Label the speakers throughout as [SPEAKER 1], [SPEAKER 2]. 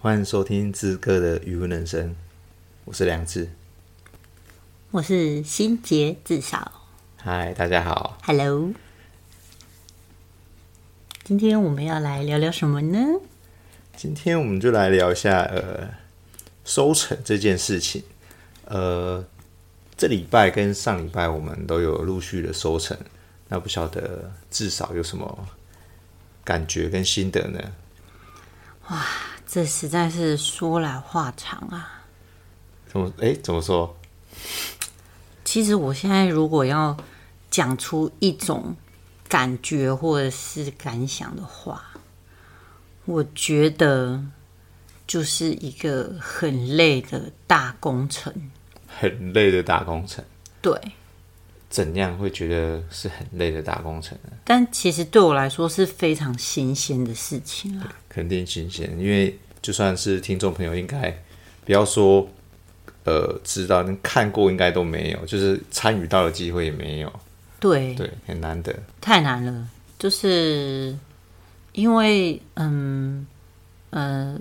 [SPEAKER 1] 欢迎收听志哥的语文人生，我是梁志。
[SPEAKER 2] 我是心杰至少
[SPEAKER 1] 嗨，大家好。
[SPEAKER 2] ，Hello。今天我们要来聊聊什么呢？
[SPEAKER 1] 今天我们就来聊一下呃收成这件事情。呃，这礼拜跟上礼拜我们都有陆续的收成，那不晓得至少有什么感觉跟心得呢？
[SPEAKER 2] 这实在是说来话长啊。
[SPEAKER 1] 怎么哎怎么说？
[SPEAKER 2] 其实我现在如果要讲出一种感觉或者是感想的话，我觉得就是一个很累的大工程。
[SPEAKER 1] 很累的大工程，
[SPEAKER 2] 对，
[SPEAKER 1] 怎样会觉得是很累的大工程呢？
[SPEAKER 2] 但其实对我来说是非常新鲜的事情啊啦。
[SPEAKER 1] 肯定新鲜，因为就算是听众朋友，应该不要说呃知道，连看过应该都没有，就是参与到的机会也没有，
[SPEAKER 2] 对，
[SPEAKER 1] 对，很难得。
[SPEAKER 2] 太难了，就是因为嗯呃，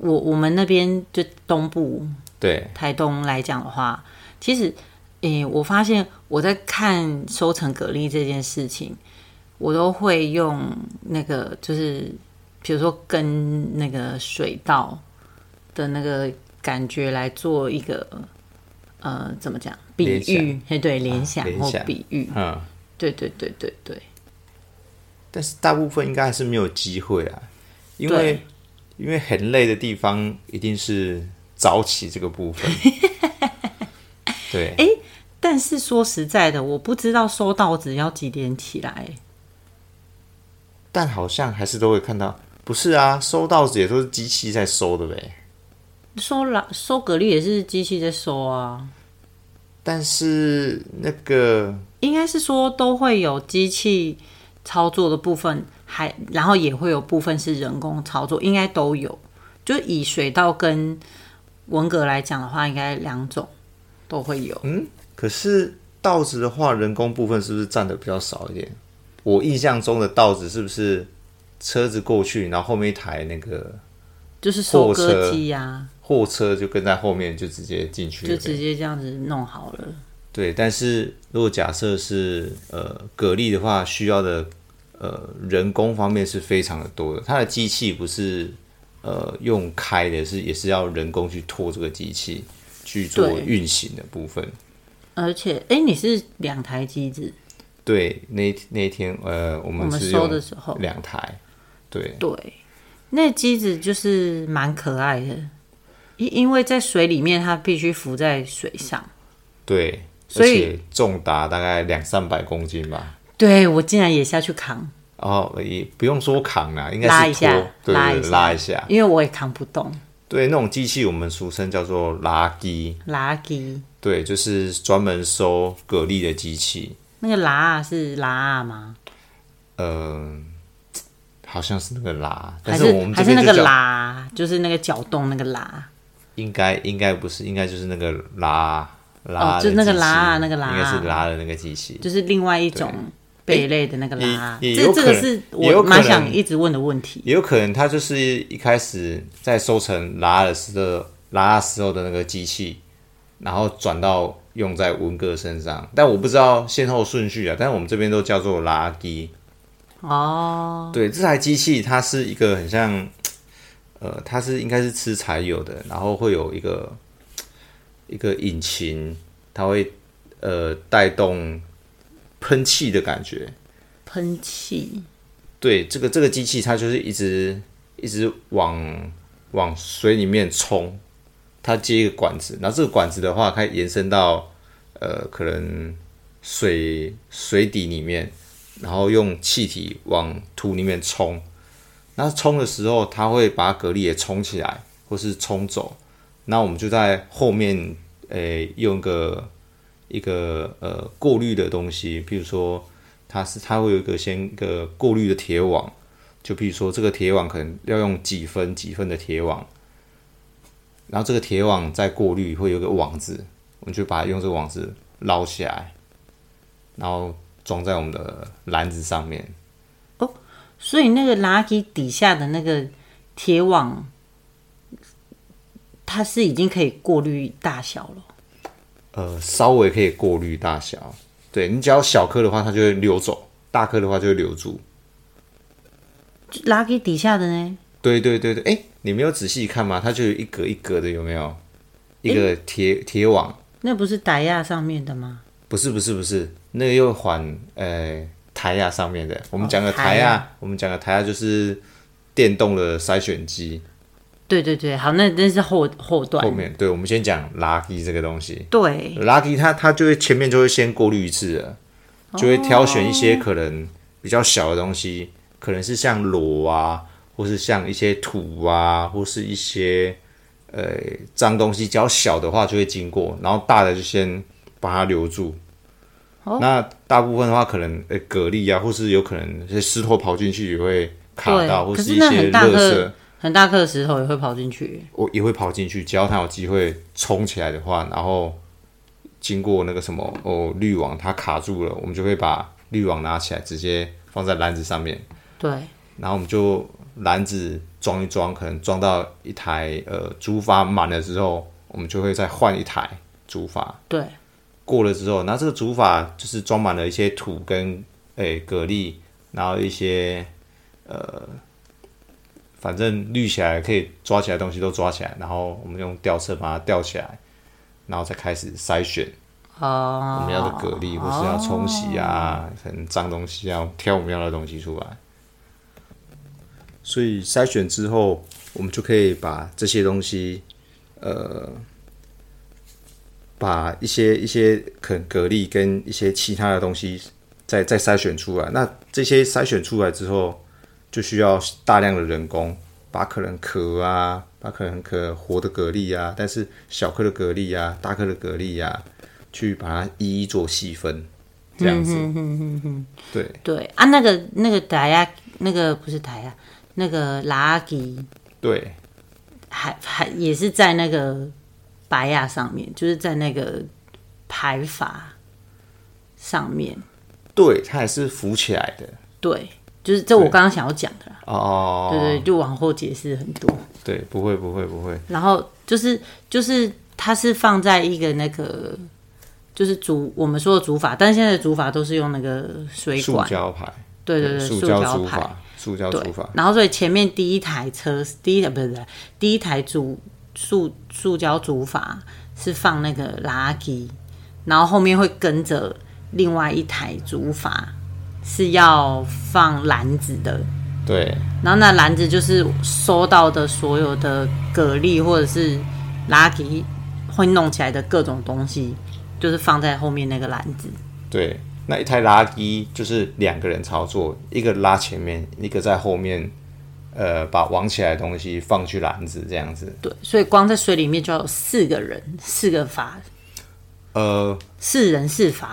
[SPEAKER 2] 我我们那边就东部
[SPEAKER 1] 对，
[SPEAKER 2] 台东来讲的话，其实诶、我发现我在看收成蛤蜊这件事情，我都会用那个就是比如说跟那个水稻的那个感觉来做一个呃怎么讲比
[SPEAKER 1] 联想啊
[SPEAKER 2] 喻，嘿对，联想
[SPEAKER 1] 联
[SPEAKER 2] 或
[SPEAKER 1] 想
[SPEAKER 2] 比喻，
[SPEAKER 1] 嗯，
[SPEAKER 2] 对对对对对。
[SPEAKER 1] 但是大部分应该还是没有机会啊，因为因为很累的地方一定是早起这个部 分。对，
[SPEAKER 2] 但是说实在的，我不知道收到只要几点起来。
[SPEAKER 1] 但好像还是都会看到，不是啊？收稻子也都是机器在收的呗。
[SPEAKER 2] 收啦，收蛤蜊也是机器在收啊，
[SPEAKER 1] 但是那个
[SPEAKER 2] 应该是说都会有机器操作的部分，还然后也会有部分是人工操作，应该都有。就以水稻跟文蛤来讲的话，应该两种都会有。
[SPEAKER 1] 可是稻子的话，人工部分是不是占的比较少一点？我印象中的稻子是不是车子过去，然后后面一台那个
[SPEAKER 2] 就是收
[SPEAKER 1] 货车
[SPEAKER 2] 割机呀、
[SPEAKER 1] 货车就跟在后面就直接进去
[SPEAKER 2] 就
[SPEAKER 1] 了？
[SPEAKER 2] 直接这样子弄好了。
[SPEAKER 1] 对，但是如果假设是呃蛤蜊的话，需要的呃人工方面是非常的多的，它的机器不是呃用开的是，也是要人工去拖这个机器去做
[SPEAKER 2] 对
[SPEAKER 1] 运行的部分。
[SPEAKER 2] 而且，哎、你是两台机子，
[SPEAKER 1] 对，那一那一天呃，我
[SPEAKER 2] 我
[SPEAKER 1] 们
[SPEAKER 2] 们
[SPEAKER 1] 是
[SPEAKER 2] 收
[SPEAKER 1] 用
[SPEAKER 2] 的时候，
[SPEAKER 1] 两台，对，
[SPEAKER 2] 对，那机子就是蛮可爱的，因因为在水里面，它必须浮在水上。
[SPEAKER 1] 对，
[SPEAKER 2] 所以
[SPEAKER 1] 而且重达大概两三百公斤吧。
[SPEAKER 2] 对我竟然也下去扛，
[SPEAKER 1] 哦，也不用说扛啦，应该是
[SPEAKER 2] 拉一
[SPEAKER 1] 拖
[SPEAKER 2] 下
[SPEAKER 1] 对
[SPEAKER 2] 拉
[SPEAKER 1] 对
[SPEAKER 2] 一下
[SPEAKER 1] 拉一下。
[SPEAKER 2] 因为我也扛不动。
[SPEAKER 1] 对，那种机器我们俗称叫做拉机，
[SPEAKER 2] 拉机，
[SPEAKER 1] 对，就是专门收蛤蜊的机器。
[SPEAKER 2] 那个拉啊是拉啊吗？
[SPEAKER 1] 嗯、好像是那个拉，但
[SPEAKER 2] 还
[SPEAKER 1] 是我们这
[SPEAKER 2] 还是
[SPEAKER 1] 边
[SPEAKER 2] 那
[SPEAKER 1] 就
[SPEAKER 2] 个
[SPEAKER 1] 叫
[SPEAKER 2] 拉，就是那个搅动那个拉？
[SPEAKER 1] 应该应该不是，应该就是那个拉拉的机器、
[SPEAKER 2] 哦就那个拉那个拉
[SPEAKER 1] 应该是拉的那个机器。
[SPEAKER 2] 就是另外一种贝类的那个拉啊。
[SPEAKER 1] 也也有
[SPEAKER 2] 这这
[SPEAKER 1] 可
[SPEAKER 2] 个
[SPEAKER 1] 能
[SPEAKER 2] 是
[SPEAKER 1] 也有
[SPEAKER 2] 我
[SPEAKER 1] 可
[SPEAKER 2] 蛮想
[SPEAKER 1] 能
[SPEAKER 2] 一直问的问题。
[SPEAKER 1] 也有可能它就是一开始在收成拉的时候，拉的时候的那个机器，然后转到用在文哥身上，但我不知道先后顺序啊。但是我们这边都叫做拉机。
[SPEAKER 2] 哦，
[SPEAKER 1] 对，这台机器它是一个很像，呃，它是应该是吃柴油的，然后会有一个一个引擎，它会呃带动喷气的感觉。
[SPEAKER 2] 喷气，
[SPEAKER 1] 对，这个这个机器它就是一直一直往往水里面冲，它接一个管子，然后这个管子的话，它延伸到呃可能水水底里面，然后用气体往土里面冲。那冲的时候，它会把蛤蜊也冲起来，或是冲走。那我们就在后面，呃，用个一个呃过滤的东西，比如说它是它会有一个先一个过滤的铁网，就比如说这个铁网可能要用几分几分的铁网，然后这个铁网再过滤会有一个网子，我们就把它用这个网子捞起来，然后装在我们的篮子上面。
[SPEAKER 2] 所以那个拉机底下的那个铁网它是已经可以过滤大小了。
[SPEAKER 1] 呃，稍微可以过滤大小。对你只要小颗的话，它就会溜走；大颗的话就会留住。
[SPEAKER 2] 就拉给底下的呢？
[SPEAKER 1] 对对对对，哎、你没有仔细看吗？它就有一格一格的，有没有？一个铁铁网，
[SPEAKER 2] 那不是打压上面的吗？
[SPEAKER 1] 不是不是不是，那个又还呃台亚上面的。我们讲的
[SPEAKER 2] 哦
[SPEAKER 1] 台
[SPEAKER 2] 台
[SPEAKER 1] 亚，
[SPEAKER 2] 亚
[SPEAKER 1] 我们讲的台亚就是电动的筛选机
[SPEAKER 2] 对对对，好，那那是后后段。
[SPEAKER 1] 后面。对，我们先讲垃圾这个东西。
[SPEAKER 2] 对，
[SPEAKER 1] 垃圾它它就会前面就会先过滤一次了，就会挑选一些可能比较小的东西，可能是像螺啊，或是像一些土啊，或是一些呃脏东西，只要小的话就会经过，然后大的就先把它留住。那大部分的话，可能呃蛤蜊啊，或是有可能一些石头跑进去也会卡
[SPEAKER 2] 对
[SPEAKER 1] 到，或
[SPEAKER 2] 可是
[SPEAKER 1] 一
[SPEAKER 2] 那
[SPEAKER 1] 些
[SPEAKER 2] 很大
[SPEAKER 1] 垃
[SPEAKER 2] 颗
[SPEAKER 1] 圾，
[SPEAKER 2] 很大颗的石头也会跑进去。
[SPEAKER 1] 我也会跑进去，只要它有机会冲起来的话，然后经过那个什么哦滤网，它卡住了，我们就会把滤网拿起来，直接放在篮子上面，
[SPEAKER 2] 对，
[SPEAKER 1] 然后我们就篮子装一装，可能装到一台呃竹筏满了之后，我们就会再换一台竹筏。
[SPEAKER 2] 对，
[SPEAKER 1] 过了之后，那这个竹筏就是装满了一些土跟诶、蛤蜊，然后一些呃，反正滤起来可以抓起来的东西都抓起来，然后我们用吊车把它吊起来，然后再开始筛选我
[SPEAKER 2] 哦、
[SPEAKER 1] 们要的蛤蜊，或是要冲洗啊，很脏东西啊，挑我们要的东西出来。所以筛选之后，我们就可以把这些东西，呃，把一些一些可能蛤蜊跟一些其他的东西再再筛选出来。那这些筛选出来之后，就需要大量的人工，把可能壳啊，把可能壳活的蛤蜊啊，但是小颗的蛤蜊啊，大颗的蛤蜊啊，去把它一一做细
[SPEAKER 2] 嗯
[SPEAKER 1] 分，这样子。对，
[SPEAKER 2] 对啊，那个那个打压那个不是打压，那个拉吉
[SPEAKER 1] 对，
[SPEAKER 2] 还还也是在那个白亚上面，就是在那个排法上面。
[SPEAKER 1] 对，它也是浮起来的。
[SPEAKER 2] 对，就是这我刚刚想要讲的啦。
[SPEAKER 1] 哦，
[SPEAKER 2] 对对，就往后解释很多。
[SPEAKER 1] 对不会不会不会，
[SPEAKER 2] 然后就是就是它是放在一个那个就是竹我们说的竹筏，但是现在的竹筏都是用那个水
[SPEAKER 1] 塑
[SPEAKER 2] 管，
[SPEAKER 1] 胶牌，
[SPEAKER 2] 对对对，
[SPEAKER 1] 塑
[SPEAKER 2] 胶
[SPEAKER 1] 胶竹
[SPEAKER 2] 牌。
[SPEAKER 1] 筏，塑胶竹筏，
[SPEAKER 2] 然后所以前面第一台车，第一台不是不是第一台竹塑塑胶竹筏是放那个垃圾，然后后面会跟着另外一台竹筏是要放篮子的，
[SPEAKER 1] 对
[SPEAKER 2] 然后那篮子就是收到的所有的蛤蜊或者是垃圾会弄起来的各种东西，就是放在后面那个篮子。
[SPEAKER 1] 对。那一台拉机就是两个人操作，一个拉前面，一个在后面，呃，把网起来的东西放去篮子这样子。
[SPEAKER 2] 对，所以光在水里面就要有四个人，四个筏，
[SPEAKER 1] 呃，
[SPEAKER 2] 四人四筏。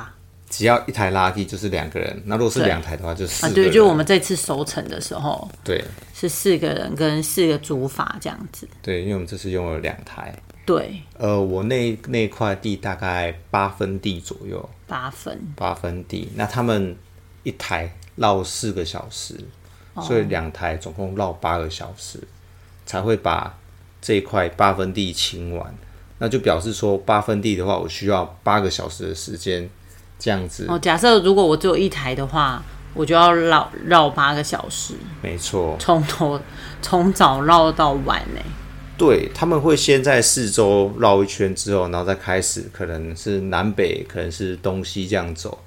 [SPEAKER 1] 只要一台拉机就是两个人，那如果是
[SPEAKER 2] 对
[SPEAKER 1] 两台的话就是四
[SPEAKER 2] 啊，
[SPEAKER 1] 个
[SPEAKER 2] 对，
[SPEAKER 1] 人
[SPEAKER 2] 就我们这次收成的时候
[SPEAKER 1] 对
[SPEAKER 2] 是四个人跟四个竹筏这样子。
[SPEAKER 1] 对，因为我们这次用了两台。
[SPEAKER 2] 对，
[SPEAKER 1] 呃，我那那块地大概八分地左右，
[SPEAKER 2] 八分。
[SPEAKER 1] 八分地。那他们一台绕四个小时，所以两台总共绕八个小时，才会把这一块八分地清完。那就表示说，八分地的话，我需要八个小时的时间，这样子。
[SPEAKER 2] 哦，假设如果我只有一台的话，我就要绕绕八个小时，
[SPEAKER 1] 没错，
[SPEAKER 2] 从头从早绕到晚呢。
[SPEAKER 1] 对，他们会先在四周绕一圈之后，然后再开始，可能是南北，可能是东西这样走，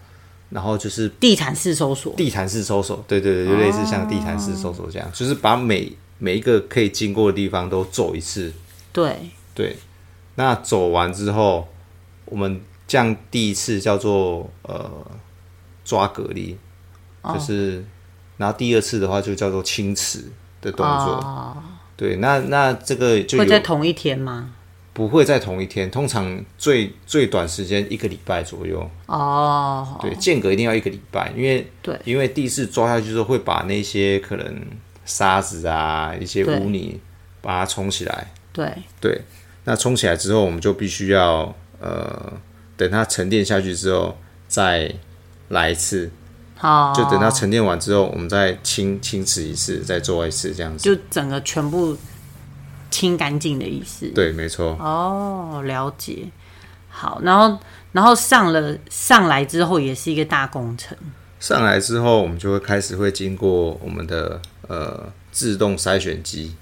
[SPEAKER 1] 然后就是
[SPEAKER 2] 地产式搜索。
[SPEAKER 1] 地毯式搜索，对对对，就类似像地毯式搜索这样，就是把每每一个可以经过的地方都走一次。
[SPEAKER 2] 对，
[SPEAKER 1] 对，那走完之后，我们这样第一次叫做呃抓蛤蜊，就是、然后第二次的话就叫做清池的动作。
[SPEAKER 2] 哦，
[SPEAKER 1] 对，那那这个就
[SPEAKER 2] 会在
[SPEAKER 1] 有
[SPEAKER 2] 同一天吗？
[SPEAKER 1] 不会在同一天，通常最最短时间一个礼拜左右。
[SPEAKER 2] 哦，
[SPEAKER 1] 对，间隔一定要一个礼拜，因为
[SPEAKER 2] 对
[SPEAKER 1] 因为第一次抓下去之后会把那些可能沙子啊、一些
[SPEAKER 2] 对
[SPEAKER 1] 污泥把它冲起来。
[SPEAKER 2] 对
[SPEAKER 1] 对，那冲起来之后，我们就必须要呃，等它沉淀下去之后再来一次，
[SPEAKER 2] 哦，
[SPEAKER 1] 就等它沉淀完之后，我们再清清洗一次，再做一次这样子。
[SPEAKER 2] 就整个全部清干净的意思。
[SPEAKER 1] 对，没错。
[SPEAKER 2] 哦，了解。好，然后然后上了上来之后，也是一个大工程。
[SPEAKER 1] 上来之后，我们就会开始会经过我们的呃自动筛选机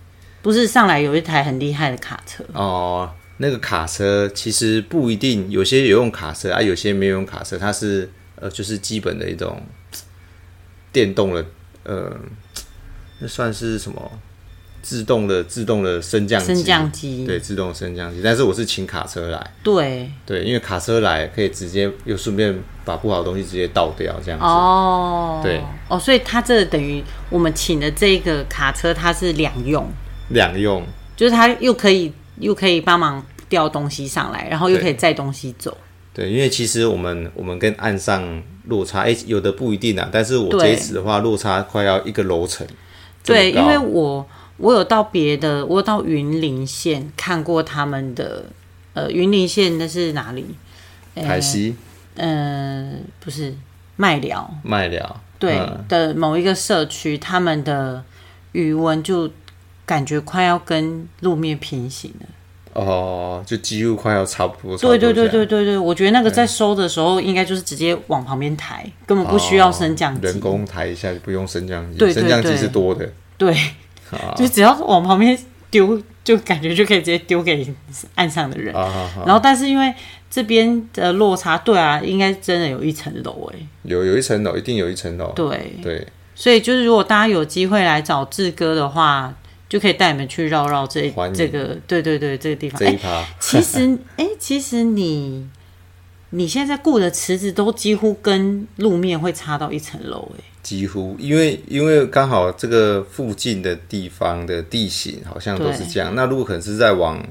[SPEAKER 2] 不是上来有一台很厉害的卡车，
[SPEAKER 1] 哦、那个卡车其实不一定，有些有用卡车啊，有些没有用卡车，它是呃就是基本的一种嘖电动的呃，嘖那算是什么？自动的自动的升降机，
[SPEAKER 2] 升降机。
[SPEAKER 1] 对，自动升降机。但是我是请卡车来，
[SPEAKER 2] 对
[SPEAKER 1] 对，因为卡车来可以直接又顺便把不好的东西直接倒掉，这样子。
[SPEAKER 2] 哦，
[SPEAKER 1] 对
[SPEAKER 2] 哦，所以它这等于我们请的这个卡车，它是两用，
[SPEAKER 1] 两用，
[SPEAKER 2] 就是它又可以又可以帮忙吊东西上来，然后又
[SPEAKER 1] 对
[SPEAKER 2] 可以载东西走。
[SPEAKER 1] 对，因为其实我们我们跟岸上落差，哎、有的不一定啊，但是我
[SPEAKER 2] 对
[SPEAKER 1] 这一次的话，落差快要一个楼层。这么
[SPEAKER 2] 对，
[SPEAKER 1] 高
[SPEAKER 2] 因为我我有到别的，我有到云林县看过他们的，呃，云林县那是哪里？
[SPEAKER 1] 台西
[SPEAKER 2] 呃，不是麦寮，
[SPEAKER 1] 麦寮，
[SPEAKER 2] 对、
[SPEAKER 1] 嗯
[SPEAKER 2] 的某一个社区，他们的余温就感觉快要跟路面平行了。
[SPEAKER 1] 哦，就几乎快要差不多。
[SPEAKER 2] 对
[SPEAKER 1] 差
[SPEAKER 2] 对
[SPEAKER 1] 不多
[SPEAKER 2] 对
[SPEAKER 1] 这样
[SPEAKER 2] 对对对，我觉得那个在收的时候，应该就是直接往旁边抬，根本不需要升降
[SPEAKER 1] 哦
[SPEAKER 2] 机。
[SPEAKER 1] 人工抬一下就不用升降机，
[SPEAKER 2] 对对
[SPEAKER 1] 升降机
[SPEAKER 2] 对
[SPEAKER 1] 是多的。
[SPEAKER 2] 对，
[SPEAKER 1] 啊
[SPEAKER 2] 就只要往旁边丢，就感觉就可以直接丢给岸上的人。
[SPEAKER 1] 啊好好
[SPEAKER 2] 然后，但是因为这边的落差，对啊，应该真的有一层楼哎。
[SPEAKER 1] 有有一层楼，一定有一层楼。
[SPEAKER 2] 对，哎
[SPEAKER 1] 对，
[SPEAKER 2] 所以就是如果大家有机会来找志哥的话，就可以带你们去绕绕这
[SPEAKER 1] 欢迎
[SPEAKER 2] 这个，对对对，这个地方。
[SPEAKER 1] 这
[SPEAKER 2] 哎、
[SPEAKER 1] 一趴。
[SPEAKER 2] 其 实哎、其实你你现在雇的池子都几乎跟路面会差到一层楼哎。
[SPEAKER 1] 几乎，因为因为刚好这个附近的地方的地形好像都是这样。那如果可能是在往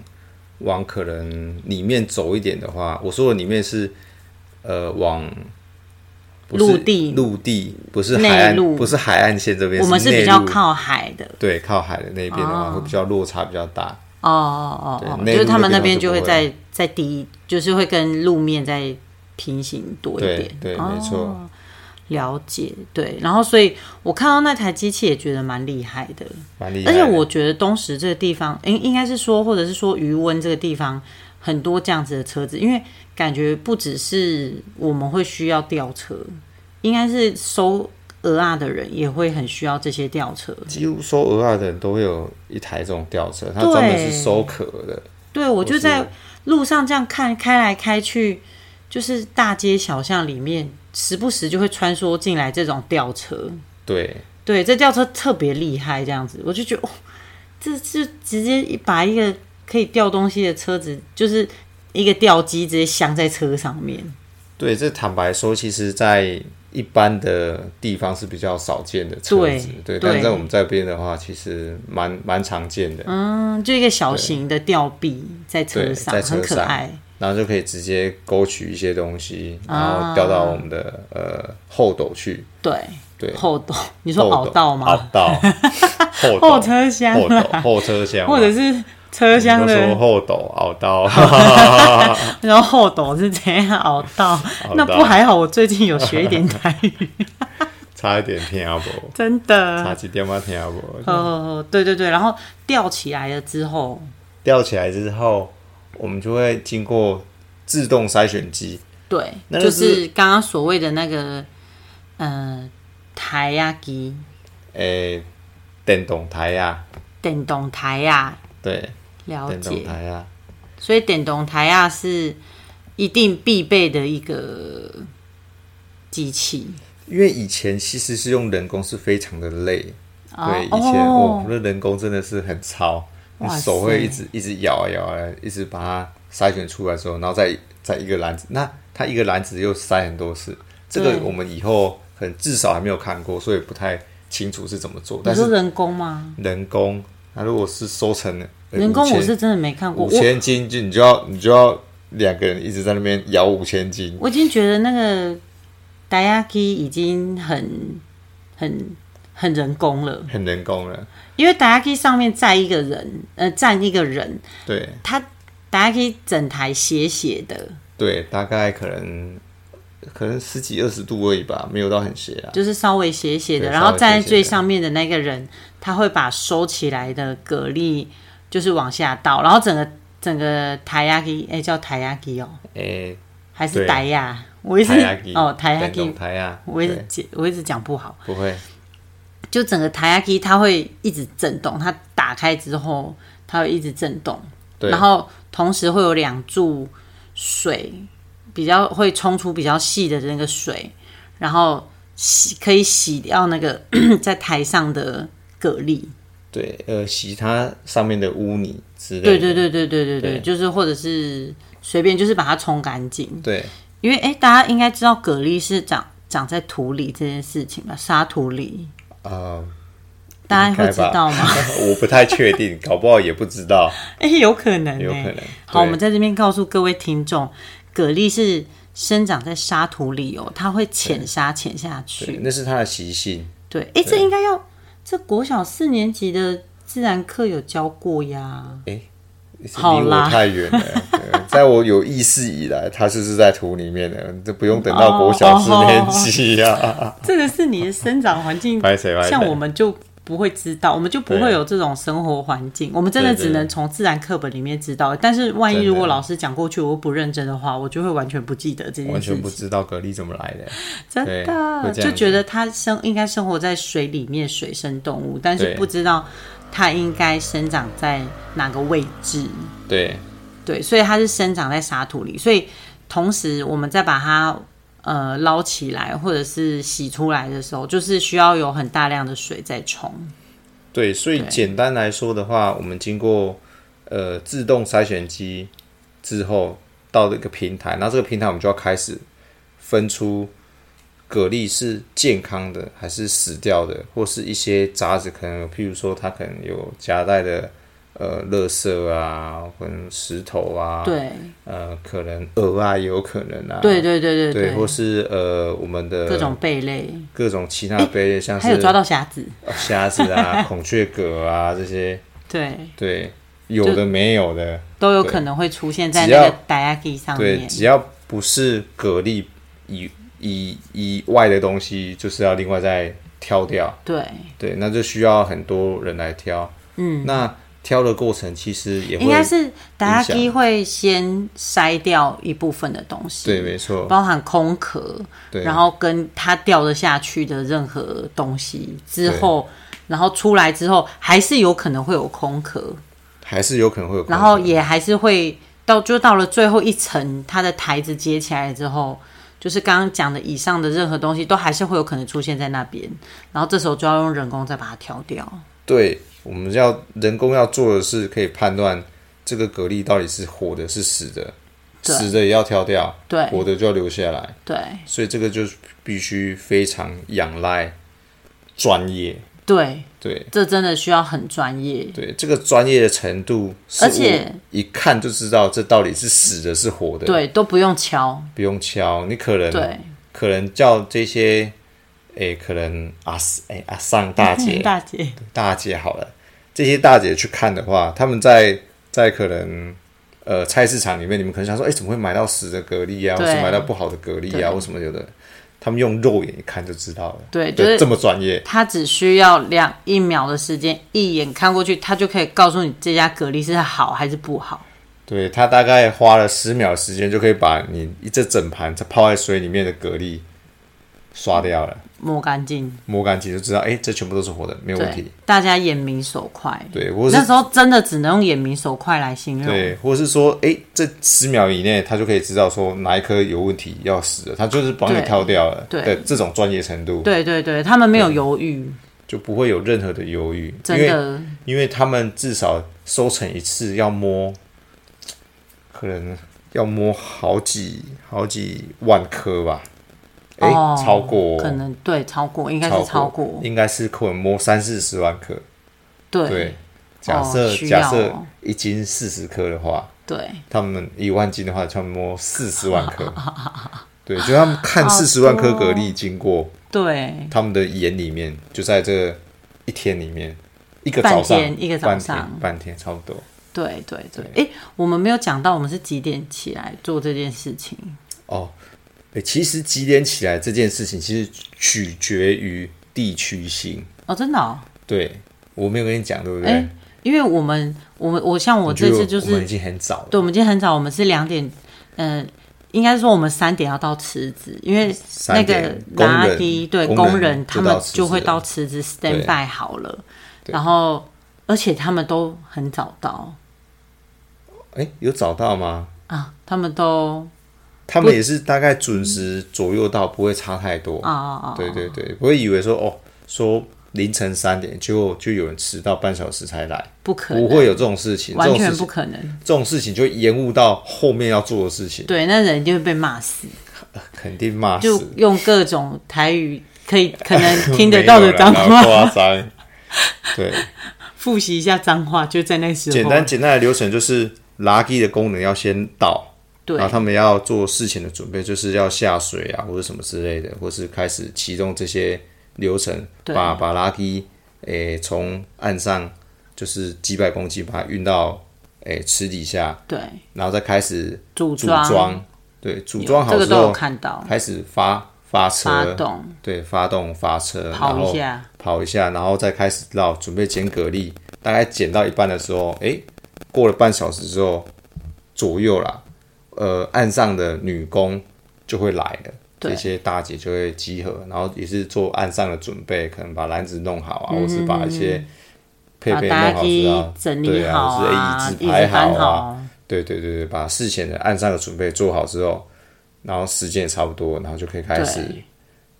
[SPEAKER 1] 往可能里面走一点的话，我说的里面是呃往不是
[SPEAKER 2] 陆地
[SPEAKER 1] 陆地，不是
[SPEAKER 2] 内
[SPEAKER 1] 海岸，
[SPEAKER 2] 陆
[SPEAKER 1] 不是海岸线这边，
[SPEAKER 2] 我们是
[SPEAKER 1] 内
[SPEAKER 2] 比较
[SPEAKER 1] 陆
[SPEAKER 2] 靠哦海的
[SPEAKER 1] 对靠海的那边的话，会比较落差比较大。
[SPEAKER 2] 哦哦哦哦，
[SPEAKER 1] 对
[SPEAKER 2] 就是他们
[SPEAKER 1] 内陆那边
[SPEAKER 2] 那边
[SPEAKER 1] 就
[SPEAKER 2] 就
[SPEAKER 1] 不会
[SPEAKER 2] 会再再低，就是会跟路面再平行多一
[SPEAKER 1] 对
[SPEAKER 2] 点。
[SPEAKER 1] 对，
[SPEAKER 2] 哦
[SPEAKER 1] 没错，
[SPEAKER 2] 了解，对，然后所以我看到那台机器也觉得蛮厉害的，
[SPEAKER 1] 蛮厉害
[SPEAKER 2] 而
[SPEAKER 1] 的。
[SPEAKER 2] 且我觉得东石这个地方，应应该是说，或者是说余温这个地方，很多这样子的车子，因为感觉不只是我们会需要吊车，应该是收鹅啊的人也会很需要这些吊车。
[SPEAKER 1] 几乎收鹅啊的人都会有一台这种吊车，它专门是收壳的。
[SPEAKER 2] 对，我
[SPEAKER 1] 或
[SPEAKER 2] 就是在路上这样看，开来开去，就是大街小巷里面，时不时就会穿梭进来这种吊车。
[SPEAKER 1] 对，
[SPEAKER 2] 对，这吊车特别厉害，这样子，我就觉得，哦，这就直接一把一个可以吊东西的车子，就是一个吊机直接镶在车上面。
[SPEAKER 1] 对，这坦白说，其实，在一般的地方是比较少见的车子，对，
[SPEAKER 2] 对
[SPEAKER 1] 但是
[SPEAKER 2] 对
[SPEAKER 1] 在我们这边的话，其实蛮蛮常见的，
[SPEAKER 2] 嗯，就一个小型的吊臂在车
[SPEAKER 1] 对，
[SPEAKER 2] 上，
[SPEAKER 1] 在车
[SPEAKER 2] 很可
[SPEAKER 1] 上
[SPEAKER 2] 爱。，
[SPEAKER 1] 然后就可以直接勾取一些东西，然后掉到我们的、呃后斗去，
[SPEAKER 2] 对
[SPEAKER 1] 对
[SPEAKER 2] 啊后斗，你说
[SPEAKER 1] 后
[SPEAKER 2] 凹
[SPEAKER 1] 斗
[SPEAKER 2] 道吗？
[SPEAKER 1] 凹 道，后斗
[SPEAKER 2] 后车厢
[SPEAKER 1] 后
[SPEAKER 2] 啊
[SPEAKER 1] 斗后车厢嘛，
[SPEAKER 2] 或者是车厢
[SPEAKER 1] 我们都说
[SPEAKER 2] 的，
[SPEAKER 1] 后斗凹道，
[SPEAKER 2] 然后后斗是怎样凹道？那
[SPEAKER 1] 道
[SPEAKER 2] 不还好？我最近有学一点台语，
[SPEAKER 1] 差一点听不，
[SPEAKER 2] 真 的。
[SPEAKER 1] 差几点嘛听不，
[SPEAKER 2] 呃，对对对，然后吊起来了之后，
[SPEAKER 1] 吊起来之后，我们就会经过自动筛选机。
[SPEAKER 2] 对，
[SPEAKER 1] 那
[SPEAKER 2] 就
[SPEAKER 1] 就是
[SPEAKER 2] 是刚刚所谓的那个，呃，台呀机
[SPEAKER 1] 诶、电动台啊，
[SPEAKER 2] 电动台呀，
[SPEAKER 1] 对，
[SPEAKER 2] 了
[SPEAKER 1] 电动
[SPEAKER 2] 解。
[SPEAKER 1] 台啊，
[SPEAKER 2] 所以电动台呀是一定必备的一个机器。
[SPEAKER 1] 因为以前其实是用人工是非常的累，对，以前我
[SPEAKER 2] 哦，
[SPEAKER 1] 们的人工真的是很糙，你
[SPEAKER 2] 哇塞
[SPEAKER 1] 手会一直一直摇啊摇啊，一直把它筛选出来之后，然后再再一个篮子，那它一个篮子又筛很多次，这个
[SPEAKER 2] 对
[SPEAKER 1] 我们以后很至少还没有看过，所以不太清楚是怎么做，
[SPEAKER 2] 你
[SPEAKER 1] 但
[SPEAKER 2] 说
[SPEAKER 1] 是
[SPEAKER 2] 人工吗？
[SPEAKER 1] 人工，那如果是收成
[SPEAKER 2] 人工我
[SPEAKER 1] 5000
[SPEAKER 2] 是真的没看过，
[SPEAKER 1] 五
[SPEAKER 2] 我
[SPEAKER 1] 千斤，就你就要你就要两个人一直在那边摇五千斤，
[SPEAKER 2] 我已经觉得那个台呀机已经很很很人工了。
[SPEAKER 1] 很人工了。
[SPEAKER 2] 因为 d a k i 上面站一个人，呃，站一个人，
[SPEAKER 1] 对
[SPEAKER 2] 他 d a k i 整台斜斜的，
[SPEAKER 1] 对，大概可能可能十几二十度而已吧，没有到很斜啊。
[SPEAKER 2] 就是稍微斜斜的，
[SPEAKER 1] 对
[SPEAKER 2] 然后
[SPEAKER 1] 稍微斜斜的
[SPEAKER 2] 站在最上面的那个人，他会把收起来的蛤蜊、就是往下倒，然后整个整个台压机，哎，叫台压机哦，
[SPEAKER 1] 诶、
[SPEAKER 2] 还是
[SPEAKER 1] 对
[SPEAKER 2] 台压？我一直
[SPEAKER 1] 台压机
[SPEAKER 2] 哦台压
[SPEAKER 1] 电动
[SPEAKER 2] 机，
[SPEAKER 1] 台压，
[SPEAKER 2] 我一直
[SPEAKER 1] 对
[SPEAKER 2] 解我一直讲不好，
[SPEAKER 1] 不会，
[SPEAKER 2] 就整个台压机它会一直震动，它打开之后它会一直震动，
[SPEAKER 1] 对
[SPEAKER 2] 然后同时会有两柱水比较会冲出比较细的那个水，然后洗可以洗掉那个 在台上的蛤蜊。
[SPEAKER 1] 对，呃，洗它上面的污泥之类的，
[SPEAKER 2] 对对对对对对对，
[SPEAKER 1] 对
[SPEAKER 2] 就是或者是随便就是把它冲干净，
[SPEAKER 1] 对
[SPEAKER 2] 因为哎、诶大家应该知道蛤蜊是长长在土里这件事情吧，沙土里，
[SPEAKER 1] 啊，
[SPEAKER 2] 大家会
[SPEAKER 1] 该
[SPEAKER 2] 知
[SPEAKER 1] 吧
[SPEAKER 2] 道吗？
[SPEAKER 1] 我不太确定，搞不好也不知道，
[SPEAKER 2] 哎、有可能、欸，
[SPEAKER 1] 有可能对
[SPEAKER 2] 好，我们在这边告诉各位听众，蛤蜊是生长在沙土里哦，它会潜沙潜下
[SPEAKER 1] 对
[SPEAKER 2] 去。
[SPEAKER 1] 那是它的习性。
[SPEAKER 2] 对，哎、这应该要这国小四年级的自然课有教过呀。好
[SPEAKER 1] 离
[SPEAKER 2] 啦
[SPEAKER 1] 我太远了。 对在我有意识以来，它就是在土里面的，这不用等
[SPEAKER 2] 哦
[SPEAKER 1] 到国小四
[SPEAKER 2] 哦
[SPEAKER 1] 年啊级 呀、，
[SPEAKER 2] 这个是你的生长环 境
[SPEAKER 1] 拍谁拍谁
[SPEAKER 2] 像我们就不会知道，我们就不会
[SPEAKER 1] 对
[SPEAKER 2] 有这种生活环境，我们真的
[SPEAKER 1] 对对
[SPEAKER 2] 只能从自然课本里面知道。但是万一
[SPEAKER 1] 真的
[SPEAKER 2] 如果老师讲过去，我又不认真的话，我就会完全不记得这件事情，
[SPEAKER 1] 完全不知道蛤蜊怎么来的。
[SPEAKER 2] 真
[SPEAKER 1] 对
[SPEAKER 2] 的
[SPEAKER 1] 会这
[SPEAKER 2] 就
[SPEAKER 1] 样
[SPEAKER 2] 觉得它生应该生活在水里面水生动物，但是
[SPEAKER 1] 对
[SPEAKER 2] 不知道它应该生长在哪个位置。
[SPEAKER 1] 对
[SPEAKER 2] 对，所以它是生长在沙土里，所以同时我们再把它呃捞起来或者是洗出来的时候，就是需要有很大量的水在冲。
[SPEAKER 1] 对，所以
[SPEAKER 2] 对
[SPEAKER 1] 简单来说的话，我们经过呃自动筛选机之后，到这个平台，那这个平台我们就要开始分出蛤蜊是健康的还是死掉的，或是一些杂质，可能有譬如说它可能有夹带的呃垃圾啊，可能石头啊，
[SPEAKER 2] 对，
[SPEAKER 1] 呃，可能鹅啊也有可能啊，
[SPEAKER 2] 对对对
[SPEAKER 1] 对
[SPEAKER 2] 对
[SPEAKER 1] 或是呃我们的
[SPEAKER 2] 各 种贝类，
[SPEAKER 1] 各种其他的贝类，像
[SPEAKER 2] 还有
[SPEAKER 1] 是
[SPEAKER 2] 抓到虾子。
[SPEAKER 1] 虾子 啊、孔雀蛤啊这些。
[SPEAKER 2] 对，
[SPEAKER 1] 对，有的没有的，
[SPEAKER 2] 都有可能会出现在
[SPEAKER 1] 只
[SPEAKER 2] 那
[SPEAKER 1] 要
[SPEAKER 2] 个 d a y a 上
[SPEAKER 1] 对，
[SPEAKER 2] 面。
[SPEAKER 1] 只要不是蛤蜊以以以外的东西，就是要另外再挑掉。
[SPEAKER 2] 对，
[SPEAKER 1] 对，那就需要很多人来挑。嗯，那挑的过程其实也会
[SPEAKER 2] 应该是达
[SPEAKER 1] 响
[SPEAKER 2] 基会先筛掉一部分的东西，
[SPEAKER 1] 对，没错，
[SPEAKER 2] 包含空壳，
[SPEAKER 1] 对
[SPEAKER 2] 然后跟它掉得下去的任何东西之后，然后出来之后还是有可能会有空壳，
[SPEAKER 1] 还是有可能会有空
[SPEAKER 2] 然后也还是会到就到了最后一层，它的台子接起来之后。就是刚刚讲的以上的任何东西，都还是会有可能出现在那边，然后这时候就要用人工再把它挑掉。
[SPEAKER 1] 对，我们要人工要做的是可以判断这个蛤蜊到底是活的是死的，
[SPEAKER 2] 对
[SPEAKER 1] 死的也要挑掉，
[SPEAKER 2] 对
[SPEAKER 1] 活的就要留下来。
[SPEAKER 2] 对
[SPEAKER 1] 所以这个就是必须非常仰赖专业。
[SPEAKER 2] 对，
[SPEAKER 1] 对
[SPEAKER 2] 这真的需要很专业。
[SPEAKER 1] 对，这个专业的程度，是
[SPEAKER 2] 而且
[SPEAKER 1] 我一看就知道这到底是死的是活的，，
[SPEAKER 2] 对，都不用敲。
[SPEAKER 1] 不用敲。你可能
[SPEAKER 2] 对，
[SPEAKER 1] 可能叫这些，诶，可能阿诶阿上大姐
[SPEAKER 2] 嗯大姐，
[SPEAKER 1] 大姐好了，这些大姐去看的话，他们在在可能呃菜市场里面，你们可能想说，哎、怎么会买到死的蛤蜊啊，或
[SPEAKER 2] 对
[SPEAKER 1] 是买到不好的蛤蜊
[SPEAKER 2] 对
[SPEAKER 1] 啊，或什么有的，他们用肉眼一看就知道了，
[SPEAKER 2] 对就
[SPEAKER 1] 对，
[SPEAKER 2] 是
[SPEAKER 1] 这么专业，
[SPEAKER 2] 她只需要两一秒的时间，一眼看过去，她就可以告诉你这家蛤蜊是好还是不好。
[SPEAKER 1] 对他大概花了十秒时间就可以把你一这整盘它泡在水里面的蛤蜊刷掉了，
[SPEAKER 2] 摸干净，
[SPEAKER 1] 摸干净就知道，哎、这全部都是活的，没有问
[SPEAKER 2] 对
[SPEAKER 1] 题。，
[SPEAKER 2] 大家眼明手快。
[SPEAKER 1] 对，或
[SPEAKER 2] 那
[SPEAKER 1] 是
[SPEAKER 2] 时候真的只能用眼明手快来形容。
[SPEAKER 1] 对，或是说，哎、这十秒以内他就可以知道说哪一颗有问题要死了，他就是帮你
[SPEAKER 2] 对
[SPEAKER 1] 挑掉了。
[SPEAKER 2] 对
[SPEAKER 1] 这种专业程度，
[SPEAKER 2] 对对对，他们没有犹豫，
[SPEAKER 1] 就不会有任何的犹豫，因
[SPEAKER 2] 真
[SPEAKER 1] 为
[SPEAKER 2] 的
[SPEAKER 1] 因为他们至少收成一次要摸，可能要摸好几好几万颗吧。哎、
[SPEAKER 2] 哦
[SPEAKER 1] 超过哦
[SPEAKER 2] 可能对超过，应该是超过。
[SPEAKER 1] 应该是可能摸三四十万颗。
[SPEAKER 2] 对哦
[SPEAKER 1] 对，假设、
[SPEAKER 2] 需要
[SPEAKER 1] 假设
[SPEAKER 2] 哦
[SPEAKER 1] 一斤四十颗的话，
[SPEAKER 2] 对，
[SPEAKER 1] 他们一万斤的话，他们摸四十万 颗。对，就他们看四十万颗蛤蜊经过
[SPEAKER 2] 哦对，
[SPEAKER 1] 他们的眼里面，就在这一天里面，一个
[SPEAKER 2] 半
[SPEAKER 1] 早上，
[SPEAKER 2] 天一个早上
[SPEAKER 1] 半天，半天差不多。
[SPEAKER 2] 对对对。哎、我们没有讲到我们是几点起来做这件事情。
[SPEAKER 1] 哦，对，其实几点起来这件事情，其实取决于地区性。
[SPEAKER 2] 哦，真的、哦，
[SPEAKER 1] 对，我没有跟你讲，对不对？
[SPEAKER 2] 哎因为我们我们我像我
[SPEAKER 1] 我
[SPEAKER 2] 这
[SPEAKER 1] 觉
[SPEAKER 2] 次
[SPEAKER 1] 得
[SPEAKER 2] 就
[SPEAKER 1] 我们
[SPEAKER 2] 是
[SPEAKER 1] 已经很早了，
[SPEAKER 2] 对，我们今天很早，我们是两点，嗯、应该是说我们三点要到池子，因为那
[SPEAKER 1] 三
[SPEAKER 2] 个
[SPEAKER 1] 点工
[SPEAKER 2] 拉
[SPEAKER 1] 人
[SPEAKER 2] 迪对
[SPEAKER 1] 工
[SPEAKER 2] 工
[SPEAKER 1] 人
[SPEAKER 2] 人
[SPEAKER 1] 就
[SPEAKER 2] 他们
[SPEAKER 1] 到池
[SPEAKER 2] 就会
[SPEAKER 1] 子
[SPEAKER 2] 到池子 stand
[SPEAKER 1] 对
[SPEAKER 2] by 好了，然后而且他们都很早到
[SPEAKER 1] 哎、有找到吗？
[SPEAKER 2] 啊，他们都
[SPEAKER 1] 他们也是大概准时左右到，不会差太多。
[SPEAKER 2] 啊啊啊
[SPEAKER 1] 对对对，不会以为说哦，说凌晨三点，结果就有人迟到半小时才来，
[SPEAKER 2] 不可
[SPEAKER 1] 不
[SPEAKER 2] 能，
[SPEAKER 1] 会有这种事情。这
[SPEAKER 2] 完
[SPEAKER 1] 种
[SPEAKER 2] 全
[SPEAKER 1] 事
[SPEAKER 2] 不
[SPEAKER 1] 情，
[SPEAKER 2] 可能，
[SPEAKER 1] 这种事情就延误到后面要做的事情，
[SPEAKER 2] 对，那人就会被骂死，
[SPEAKER 1] 肯定骂
[SPEAKER 2] 就
[SPEAKER 1] 死。
[SPEAKER 2] 用各种台语 可以可能听得到的脏
[SPEAKER 1] 没有啦
[SPEAKER 2] 话，
[SPEAKER 1] 夸张。对，
[SPEAKER 2] 复习一下脏话，就在那时候，
[SPEAKER 1] 简单简单的流程就是拉机的功能要先到，
[SPEAKER 2] 对
[SPEAKER 1] 然后他们要做事前的准备，就是要下水啊，或者什么之类的，或是开始启动这些流程，
[SPEAKER 2] 对
[SPEAKER 1] 把把拉梯诶从岸上就是几百公斤把它运到诶池底下，
[SPEAKER 2] 对，
[SPEAKER 1] 然后再开始
[SPEAKER 2] 组
[SPEAKER 1] 组
[SPEAKER 2] 装
[SPEAKER 1] 装，对，组装
[SPEAKER 2] 这
[SPEAKER 1] 好
[SPEAKER 2] 个
[SPEAKER 1] 之
[SPEAKER 2] 都有
[SPEAKER 1] 后
[SPEAKER 2] 看到，
[SPEAKER 1] 开始发发
[SPEAKER 2] 发
[SPEAKER 1] 车，
[SPEAKER 2] 动。
[SPEAKER 1] 对，发动发车，
[SPEAKER 2] 跑
[SPEAKER 1] 然后
[SPEAKER 2] 一下
[SPEAKER 1] 跑一下，然后再开始绕，准备捡蛤蜊。大概捡到一半的时候，诶，过了半小时之后左右啦，呃，岸上的女工就会来了，
[SPEAKER 2] 对
[SPEAKER 1] 这些大姐就会集合，然后也是做岸上的准备，可能把篮子弄好
[SPEAKER 2] 嗯
[SPEAKER 1] 啊，或是把一些配
[SPEAKER 2] 把
[SPEAKER 1] 备弄好之后，
[SPEAKER 2] 整
[SPEAKER 1] 对
[SPEAKER 2] 理
[SPEAKER 1] 啊，
[SPEAKER 2] 好
[SPEAKER 1] 或是诶椅
[SPEAKER 2] 椅
[SPEAKER 1] 子
[SPEAKER 2] 子
[SPEAKER 1] 排
[SPEAKER 2] 搬
[SPEAKER 1] 啊，
[SPEAKER 2] E 好，
[SPEAKER 1] 对对对对，把事前的岸上的准备做好之后，然后时间也差不多，然后就可以开始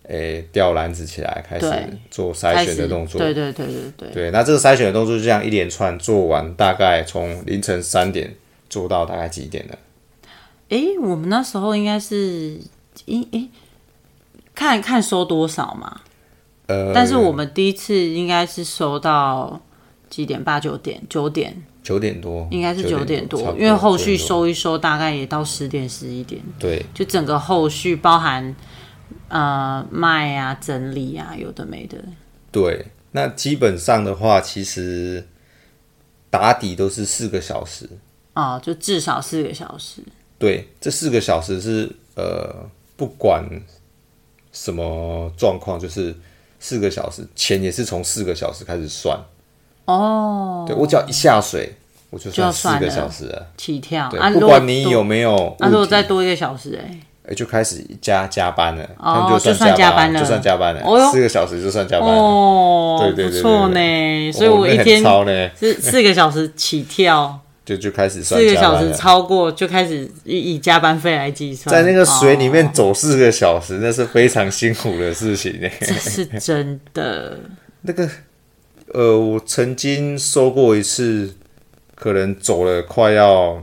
[SPEAKER 2] 对，
[SPEAKER 1] 诶吊篮子起来，开始
[SPEAKER 2] 对
[SPEAKER 1] 做
[SPEAKER 2] 开
[SPEAKER 1] 筛选
[SPEAKER 2] 始
[SPEAKER 1] 的动作。
[SPEAKER 2] 对对对对对，
[SPEAKER 1] 对那这个筛选的动作就这样一连串做完，大概从凌晨三点做到大概几点呢？
[SPEAKER 2] 诶，我们那时候应该是，诶诶，看看收多少嘛，
[SPEAKER 1] 呃，
[SPEAKER 2] 但是我们第一次应该是收到。几点？八九点，九点
[SPEAKER 1] 九点多，
[SPEAKER 2] 应该是九
[SPEAKER 1] 九
[SPEAKER 2] 点
[SPEAKER 1] 多，差不
[SPEAKER 2] 因为后续
[SPEAKER 1] 9点多
[SPEAKER 2] 收一收，大概也到十点十一点，
[SPEAKER 1] 对
[SPEAKER 2] 就整个后续包含呃卖啊、整理啊，有的没的，
[SPEAKER 1] 对。那基本上的话，其实打底都是四个小时。
[SPEAKER 2] 哦、就至少四个小时。
[SPEAKER 1] 对，这四个小时是呃，不管什么状况，就是四个小时，钱也是从四个小时开始算。
[SPEAKER 2] 哦，
[SPEAKER 1] 对我只要一下水，我就
[SPEAKER 2] 就要
[SPEAKER 1] 算四
[SPEAKER 2] 算
[SPEAKER 1] 个
[SPEAKER 2] 了
[SPEAKER 1] 小时了。
[SPEAKER 2] 起跳
[SPEAKER 1] 对，
[SPEAKER 2] 啊！
[SPEAKER 1] 不
[SPEAKER 2] 如果
[SPEAKER 1] 管你
[SPEAKER 2] 多
[SPEAKER 1] 有没有
[SPEAKER 2] 啊，如果
[SPEAKER 1] 物体
[SPEAKER 2] 再多一个小时、
[SPEAKER 1] 哎，就开始加加班了，他
[SPEAKER 2] 哦
[SPEAKER 1] 们
[SPEAKER 2] 就算
[SPEAKER 1] 算
[SPEAKER 2] 加班
[SPEAKER 1] 班
[SPEAKER 2] 了
[SPEAKER 1] 就算加班
[SPEAKER 2] 哦哟
[SPEAKER 1] 了，四个小时就算加
[SPEAKER 2] 哎，
[SPEAKER 1] 班了。
[SPEAKER 2] 哦，
[SPEAKER 1] 对对对对
[SPEAKER 2] 不错呢。所以我一天
[SPEAKER 1] 超呢，
[SPEAKER 2] 是四个小时起 跳，
[SPEAKER 1] 就就开始算
[SPEAKER 2] 四个
[SPEAKER 1] 加
[SPEAKER 2] 小
[SPEAKER 1] 班
[SPEAKER 2] 时
[SPEAKER 1] 了。
[SPEAKER 2] 超过就开始以以加班费来计算，
[SPEAKER 1] 在那个水里面
[SPEAKER 2] 哦
[SPEAKER 1] 走四个小时，那是非常辛苦的事 情呢。
[SPEAKER 2] 这是真的。
[SPEAKER 1] 那个，呃，我曾经收过一次，可能走了快要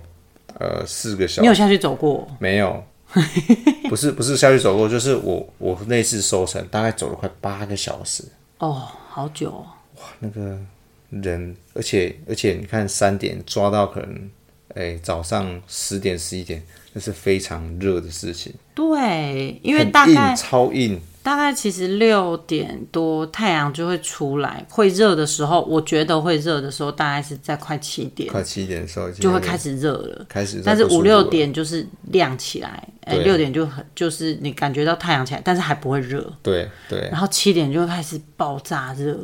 [SPEAKER 1] 呃四个小
[SPEAKER 2] 你有
[SPEAKER 1] 时，
[SPEAKER 2] 下去走过？
[SPEAKER 1] 没 有，不是不是下去走过，就是我我那次收成大概走了快八个小时，
[SPEAKER 2] 哦，好久、哦，
[SPEAKER 1] 那个人，而且而且你看三点抓到可能，哎、早上十点十一点，那是非常热的事情，
[SPEAKER 2] 对，因为
[SPEAKER 1] 很
[SPEAKER 2] 大概
[SPEAKER 1] 硬超硬，
[SPEAKER 2] 大概其实六点多太阳就会出来，会热的时候，我觉得会热的时候大概是在快七点
[SPEAKER 1] 快七点的时候已经
[SPEAKER 2] 就会
[SPEAKER 1] 有点
[SPEAKER 2] 开始热了。
[SPEAKER 1] 开始在
[SPEAKER 2] 但是
[SPEAKER 1] 不舒
[SPEAKER 2] 五
[SPEAKER 1] 服
[SPEAKER 2] 六
[SPEAKER 1] 了，
[SPEAKER 2] 点就是亮起来，哎、
[SPEAKER 1] 对
[SPEAKER 2] 六点就很就是你感觉到太阳起来，但是还不会热，
[SPEAKER 1] 对对。
[SPEAKER 2] 然后七点就会开始爆炸热，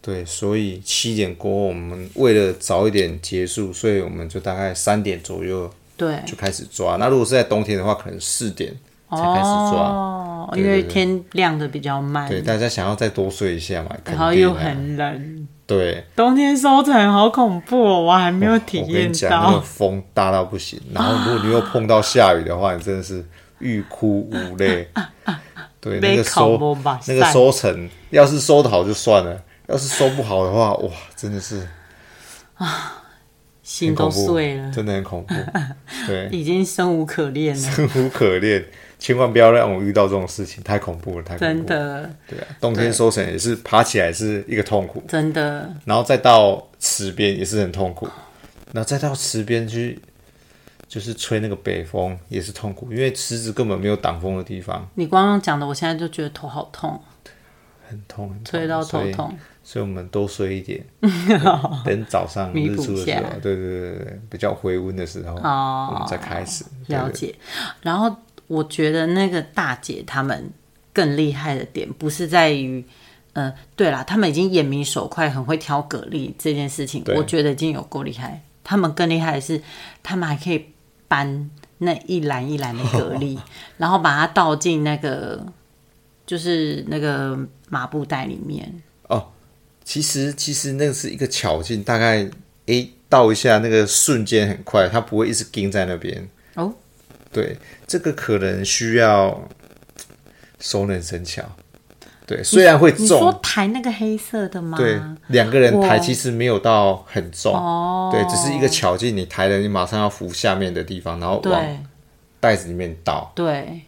[SPEAKER 1] 对，所以七点过后，我们为了早一点结束，所以我们就大概三点左右
[SPEAKER 2] 对，
[SPEAKER 1] 就开始抓。那如果是在冬天的话，可能四点才开始抓。
[SPEAKER 2] 哦，
[SPEAKER 1] 对
[SPEAKER 2] 因
[SPEAKER 1] 对
[SPEAKER 2] 为
[SPEAKER 1] 对
[SPEAKER 2] 天亮的比较慢，
[SPEAKER 1] 对，大家想要再多睡一下嘛，肯定、
[SPEAKER 2] 嗯然
[SPEAKER 1] 啊、
[SPEAKER 2] 后又很冷，
[SPEAKER 1] 对。
[SPEAKER 2] 冬天收成好恐怖哦，我还没有体
[SPEAKER 1] 我跟
[SPEAKER 2] 验
[SPEAKER 1] 你讲，那个
[SPEAKER 2] 到，啊
[SPEAKER 1] 风大到不行，然后如果你又碰到下雨的话，你真的是欲哭无 泪。对，那
[SPEAKER 2] 没
[SPEAKER 1] 个
[SPEAKER 2] 烤
[SPEAKER 1] 收
[SPEAKER 2] 过吧？
[SPEAKER 1] 那个收成，要是收的好就算了，要是收不好的话，哇，真的是
[SPEAKER 2] 心
[SPEAKER 1] 很
[SPEAKER 2] 都
[SPEAKER 1] 恐怖，
[SPEAKER 2] 碎了，
[SPEAKER 1] 真的很 恐怖。对，
[SPEAKER 2] 已经生无可恋了，
[SPEAKER 1] 生无可恋，千万不要让我遇到这种事情，太恐怖了，太恐怖
[SPEAKER 2] 真
[SPEAKER 1] 了。
[SPEAKER 2] 的
[SPEAKER 1] 对啊，冬天收成也是爬起来是一个痛苦，
[SPEAKER 2] 真的，
[SPEAKER 1] 然后再到池边也是很痛苦，然后再到池边去就是吹那个北风也是痛苦，因为池子根本没有挡风的地方，
[SPEAKER 2] 你光用讲的，我现在就觉得头好痛，
[SPEAKER 1] 很痛，很痛
[SPEAKER 2] 吹到头
[SPEAKER 1] 哦所以
[SPEAKER 2] 痛。
[SPEAKER 1] 所以我们多睡一 点，等早上
[SPEAKER 2] 弥
[SPEAKER 1] 日
[SPEAKER 2] 补
[SPEAKER 1] 出的时
[SPEAKER 2] 下
[SPEAKER 1] 候，对对对对对，比较回温的时候，
[SPEAKER 2] 哦
[SPEAKER 1] 我们再开始。对
[SPEAKER 2] 了
[SPEAKER 1] 对
[SPEAKER 2] 解。然后我觉得那个大姐她们更厉害的点，不是在于呃，对啦，他们已经眼明手快，很会挑蛤蜊这件事情，
[SPEAKER 1] 对
[SPEAKER 2] 我觉得已经有够厉害。他们更厉害的是，他们还可以搬那一篮一篮的蛤 蜊，然后把它倒进那个就是那个麻布袋里面。
[SPEAKER 1] 其实其实那个是一个巧劲，大概诶倒一下，那个瞬间很快，它不会一直盯在那边。
[SPEAKER 2] 哦，
[SPEAKER 1] 对，这个可能需要熟能生巧。对，虽然会
[SPEAKER 2] 你说
[SPEAKER 1] 重，
[SPEAKER 2] 抬那个黑色的吗？
[SPEAKER 1] 对，两个人
[SPEAKER 2] 我
[SPEAKER 1] 抬其实没有到很重，
[SPEAKER 2] 哦，
[SPEAKER 1] 对，只是一个巧劲，你抬了，你马上要扶下面的地方，然后往
[SPEAKER 2] 对
[SPEAKER 1] 袋子里面倒。
[SPEAKER 2] 对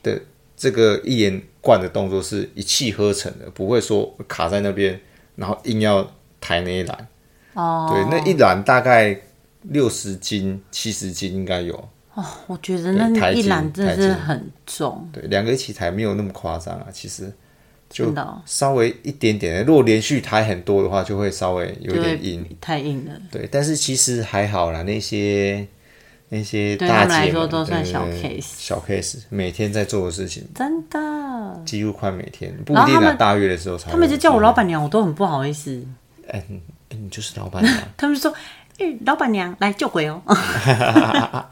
[SPEAKER 1] 这个一连贯的动作是一气呵成的，不会说卡在那边，然后硬要抬那一篮。
[SPEAKER 2] 哦，
[SPEAKER 1] 对，那一篮大概六十斤、七十斤应该有。
[SPEAKER 2] 我觉得
[SPEAKER 1] 对
[SPEAKER 2] 那
[SPEAKER 1] 台
[SPEAKER 2] 一
[SPEAKER 1] 阶
[SPEAKER 2] 篮真的
[SPEAKER 1] 台
[SPEAKER 2] 是
[SPEAKER 1] 阶
[SPEAKER 2] 很重，
[SPEAKER 1] 对，两个一起抬没有那么夸张啊，其实就
[SPEAKER 2] 真的哦
[SPEAKER 1] 稍微一点点。如果连续抬很多的话，就会稍微有
[SPEAKER 2] 对，
[SPEAKER 1] 点硬。
[SPEAKER 2] 太硬了。
[SPEAKER 1] 对，但是其实还好啦，那些那些
[SPEAKER 2] 对
[SPEAKER 1] 大
[SPEAKER 2] 他们来
[SPEAKER 1] 姐
[SPEAKER 2] 说
[SPEAKER 1] 们
[SPEAKER 2] 都算
[SPEAKER 1] 对
[SPEAKER 2] 小
[SPEAKER 1] 对对
[SPEAKER 2] case
[SPEAKER 1] 小 case，每天在做的事情，
[SPEAKER 2] 真的，
[SPEAKER 1] 几乎快每天，不
[SPEAKER 2] 嗯然
[SPEAKER 1] 一定
[SPEAKER 2] 后他
[SPEAKER 1] 啊，
[SPEAKER 2] 们
[SPEAKER 1] 大月的时候才会有。
[SPEAKER 2] 他们就叫我老板娘，我都很不好意思。
[SPEAKER 1] 哎，你哎你就是老板 娘，
[SPEAKER 2] 他们就说：“哎、老板娘来救鬼哦！”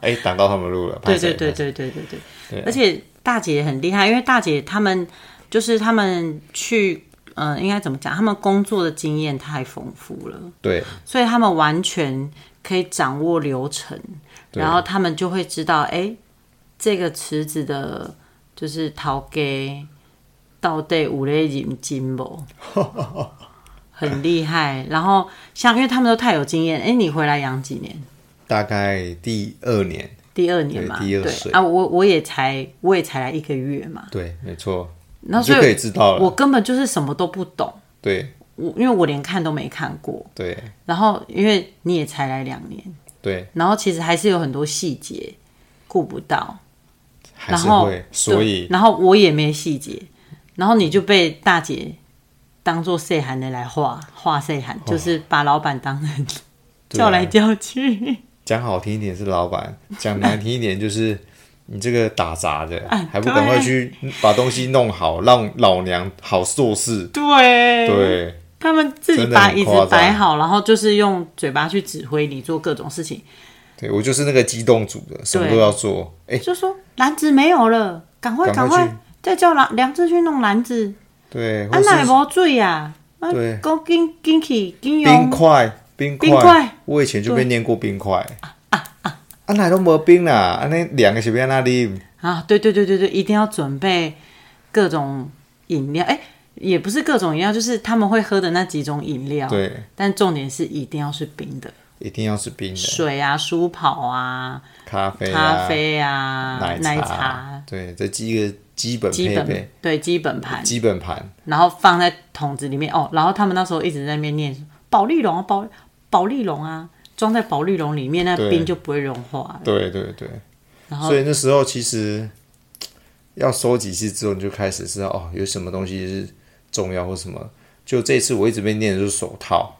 [SPEAKER 1] 哎，挡到他们路了。
[SPEAKER 2] 对
[SPEAKER 1] 拍谁
[SPEAKER 2] 对对
[SPEAKER 1] 拍谁
[SPEAKER 2] 对对对
[SPEAKER 1] 啊
[SPEAKER 2] 对，而且大姐也很厉害，因为大姐他们就是他们去，嗯、应该怎么讲？他们工作的经验太丰富了。
[SPEAKER 1] 对
[SPEAKER 2] 所以他们完全可以掌握流程，然后他们就会知道，哎、这个池子的就是陶给到底五类银金 不？很厉害。然后像因为他们都太有经验，哎、你回来养几年？
[SPEAKER 1] 大概第二年，
[SPEAKER 2] 第二年嘛，
[SPEAKER 1] 对第
[SPEAKER 2] 对
[SPEAKER 1] 二岁
[SPEAKER 2] 啊，我我也才我也才来一个月嘛，
[SPEAKER 1] 对，没错，
[SPEAKER 2] 那
[SPEAKER 1] 你就
[SPEAKER 2] 所以
[SPEAKER 1] 可以知道
[SPEAKER 2] 我
[SPEAKER 1] 了。
[SPEAKER 2] 根本就是什么都不懂，
[SPEAKER 1] 对
[SPEAKER 2] 我因为我连看都没看过。
[SPEAKER 1] 对
[SPEAKER 2] 然后因为你也才来两年，
[SPEAKER 1] 对，
[SPEAKER 2] 然后其实还是有很多细节顾不到，
[SPEAKER 1] 还
[SPEAKER 2] 然
[SPEAKER 1] 是
[SPEAKER 2] 后
[SPEAKER 1] 会，所
[SPEAKER 2] 对
[SPEAKER 1] 以
[SPEAKER 2] 然后我也没细节，然后你就被大姐当做岁寒的来画画岁寒，
[SPEAKER 1] 哦
[SPEAKER 2] 就是把老板当人
[SPEAKER 1] 对
[SPEAKER 2] 叫
[SPEAKER 1] 啊
[SPEAKER 2] 来叫去，
[SPEAKER 1] 讲好听一点是老 板，讲难听一点就是你这个打杂的，
[SPEAKER 2] 哎
[SPEAKER 1] 还不赶快去把东西弄好，让老娘好做事。
[SPEAKER 2] 对，
[SPEAKER 1] 对
[SPEAKER 2] 他们自己
[SPEAKER 1] 真的
[SPEAKER 2] 把
[SPEAKER 1] 很
[SPEAKER 2] 椅子
[SPEAKER 1] 夸张
[SPEAKER 2] 摆好，然后就是用嘴巴去指挥你做各种事情，
[SPEAKER 1] 对，我就是那个机动组的，什么
[SPEAKER 2] 对
[SPEAKER 1] 都要做。哎，
[SPEAKER 2] 就说篮子没有了，赶快赶
[SPEAKER 1] 赶快
[SPEAKER 2] 快
[SPEAKER 1] 去
[SPEAKER 2] 再叫梁梁志去弄篮子，
[SPEAKER 1] 对，
[SPEAKER 2] 啊
[SPEAKER 1] 或
[SPEAKER 2] 那也
[SPEAKER 1] 是
[SPEAKER 2] 无水啊，啊
[SPEAKER 1] 对
[SPEAKER 2] 讲紧紧去紧
[SPEAKER 1] 冰
[SPEAKER 2] 用。
[SPEAKER 1] 块，冰
[SPEAKER 2] 冰块
[SPEAKER 1] 块，我以前就被念过冰块。啊，那都没冰啦，啊，那两个是要那里
[SPEAKER 2] 啊，对对对对对，一定要准备各种饮料，哎，也不是各种饮料，就是他们会喝的那几种饮料。，
[SPEAKER 1] 对，
[SPEAKER 2] 但重点是一定要是冰的，
[SPEAKER 1] 一定要是冰的，
[SPEAKER 2] 水啊、舒跑啊、
[SPEAKER 1] 咖啡、啊、
[SPEAKER 2] 咖、啡啊、
[SPEAKER 1] 奶
[SPEAKER 2] 奶
[SPEAKER 1] 茶，对，这几个基本
[SPEAKER 2] 基
[SPEAKER 1] 配备
[SPEAKER 2] 本、对基本盘，
[SPEAKER 1] 基本盘，
[SPEAKER 2] 然后放在桶子里面哦。然后他们那时候一直在那边念保利龙啊、保保利龙啊，装在保利龙里面，那
[SPEAKER 1] 对
[SPEAKER 2] 冰就不会融化了。
[SPEAKER 1] 对对对。
[SPEAKER 2] 然后
[SPEAKER 1] 所以那时候其实要收几次之后，你就开始知道哦，有什么东西是重要或什么。就这一次我一直被念的就是手套，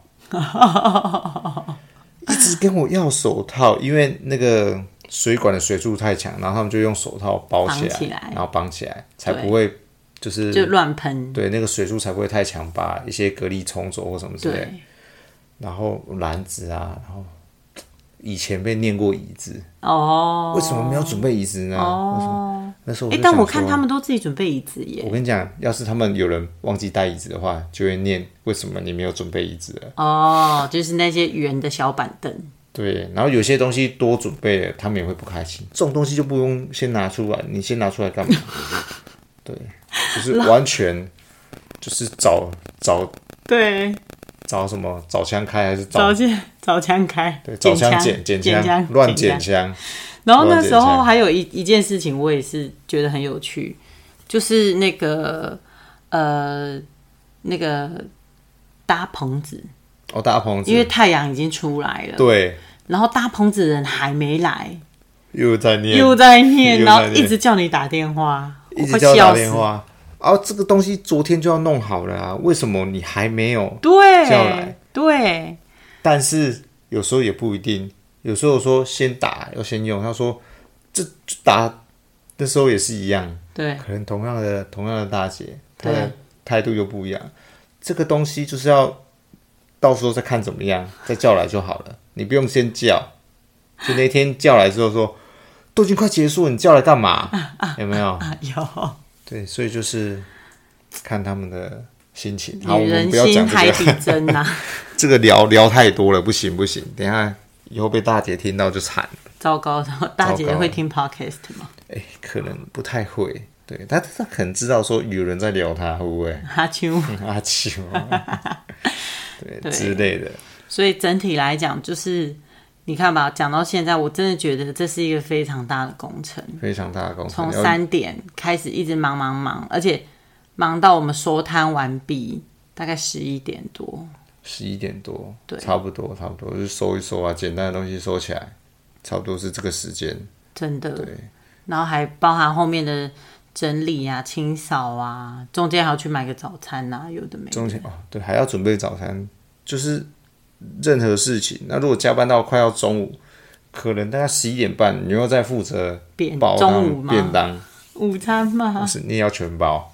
[SPEAKER 1] 一直跟我要手套，因为那个水管的水柱太强，然后他们就用手套包起来，
[SPEAKER 2] 绑起来
[SPEAKER 1] 然后绑起来，才
[SPEAKER 2] 对
[SPEAKER 1] 不会就是
[SPEAKER 2] 就乱喷，
[SPEAKER 1] 对那个水柱才不会太强，把一些隔离冲走或什么之类的。
[SPEAKER 2] 对
[SPEAKER 1] 然后篮子啊，然后以前被念过椅子，
[SPEAKER 2] 哦。
[SPEAKER 1] 为什么没有准备椅子呢？为什么那时候我
[SPEAKER 2] 哎
[SPEAKER 1] 就，
[SPEAKER 2] 哦但
[SPEAKER 1] 想
[SPEAKER 2] 我看
[SPEAKER 1] 说
[SPEAKER 2] 他们都自己准备椅子耶
[SPEAKER 1] 我。跟你讲，要是他们有人忘记带椅子的话，就会念为什么你没有准备椅子了。
[SPEAKER 2] 哦，就是那些圆的小板凳，
[SPEAKER 1] 对，然后有些东西多准备了，他们也会不开心。这种东西就不用先拿出来，你先拿出来干 嘛？对，就是完全就是找找
[SPEAKER 2] 对，
[SPEAKER 1] 找什么找枪开还是
[SPEAKER 2] 早
[SPEAKER 1] 找
[SPEAKER 2] 间早枪开，
[SPEAKER 1] 对找枪捡捡
[SPEAKER 2] 捡
[SPEAKER 1] 枪
[SPEAKER 2] 枪
[SPEAKER 1] 乱捡。枪？
[SPEAKER 2] 然后那
[SPEAKER 1] 乱捡
[SPEAKER 2] 时候
[SPEAKER 1] 枪
[SPEAKER 2] 还有一一件事情，我也是觉得很有趣，就是那个呃那个搭棚子，
[SPEAKER 1] 哦，大棚子
[SPEAKER 2] 因为太阳已经出来了，
[SPEAKER 1] 对
[SPEAKER 2] 然后搭棚子的人还没来，
[SPEAKER 1] 又在念
[SPEAKER 2] 又在念，
[SPEAKER 1] 又在
[SPEAKER 2] 然后
[SPEAKER 1] 念
[SPEAKER 2] 一直叫你打电话，
[SPEAKER 1] 一
[SPEAKER 2] 我
[SPEAKER 1] 直
[SPEAKER 2] 快
[SPEAKER 1] 叫我打
[SPEAKER 2] 笑
[SPEAKER 1] 电
[SPEAKER 2] 死。
[SPEAKER 1] 话。啊，这个东西昨天就要弄好了啊，为什么你还没有？叫
[SPEAKER 2] 对
[SPEAKER 1] 来
[SPEAKER 2] 对，
[SPEAKER 1] 但是有时候也不一定，有时候说先打要先用，他说这这打那时候也是一样，
[SPEAKER 2] 对
[SPEAKER 1] 可能同样的同样的大姐，她
[SPEAKER 2] 对
[SPEAKER 1] 的态度就不一样。这个东西就是要到时候再看怎么样，再叫来就好了，你不用先叫。就那天叫来之后说，都已经快结束了，你叫来干嘛？有没有？
[SPEAKER 2] 啊， 有。
[SPEAKER 1] 对，所以就是看他们的心情。好，我
[SPEAKER 2] 女
[SPEAKER 1] 们
[SPEAKER 2] 人
[SPEAKER 1] 不要
[SPEAKER 2] 心
[SPEAKER 1] 讲
[SPEAKER 2] 海
[SPEAKER 1] 这
[SPEAKER 2] 底
[SPEAKER 1] 个，
[SPEAKER 2] 针啊呐、
[SPEAKER 1] 这个聊聊太多了，不行不行，等一下以后被大姐听到就惨了。
[SPEAKER 2] 糟糕的，大姐
[SPEAKER 1] 糟糕
[SPEAKER 2] 会听 podcast 吗？
[SPEAKER 1] 哎、可能不太会，对，她她可能知道说有人在聊她，会不会？
[SPEAKER 2] 哈啾。
[SPEAKER 1] 阿球， 对之类的，
[SPEAKER 2] 所以整体来讲，就是你看吧，讲到现在，我真的觉得这是一个非常大的工程。
[SPEAKER 1] 非常大的工程
[SPEAKER 2] 从。
[SPEAKER 1] 要
[SPEAKER 2] 三点开始一直忙忙忙，而且忙到我们收摊完毕，大概十一点多。
[SPEAKER 1] 十一点多，
[SPEAKER 2] 对
[SPEAKER 1] 差不多差不多，就是收一收啊，简单的东西收起来，差不多是这个时间。
[SPEAKER 2] 真的
[SPEAKER 1] 对，
[SPEAKER 2] 然后还包含后面的整理啊、清扫啊，中间还要去买个早餐啊，有的没的。
[SPEAKER 1] 中间哦，对，还要准备早餐，就是任何事情。那如果加班到快要中午，可能大概十一点半，你又在负责
[SPEAKER 2] 便
[SPEAKER 1] 包
[SPEAKER 2] 中午
[SPEAKER 1] 当
[SPEAKER 2] 吗
[SPEAKER 1] 便当，
[SPEAKER 2] 午餐嘛
[SPEAKER 1] 不，是你也要全包，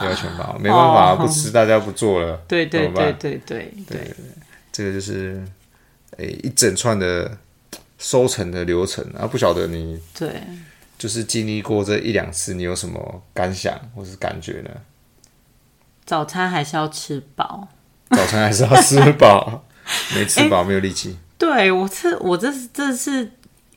[SPEAKER 1] 你要全包，没办法，
[SPEAKER 2] 哦
[SPEAKER 1] 不吃大家不做了，
[SPEAKER 2] 对对
[SPEAKER 1] 怎么办
[SPEAKER 2] 对对对对，
[SPEAKER 1] 这个就是诶、一整串的收成的流程啊，不晓得你
[SPEAKER 2] 对，
[SPEAKER 1] 就是经历过这一两次，你有什么感想或是感觉呢？
[SPEAKER 2] 早餐还是要吃饱。
[SPEAKER 1] 早餐还是要吃 饱，没吃饱没有力气。
[SPEAKER 2] 对我是我这是这是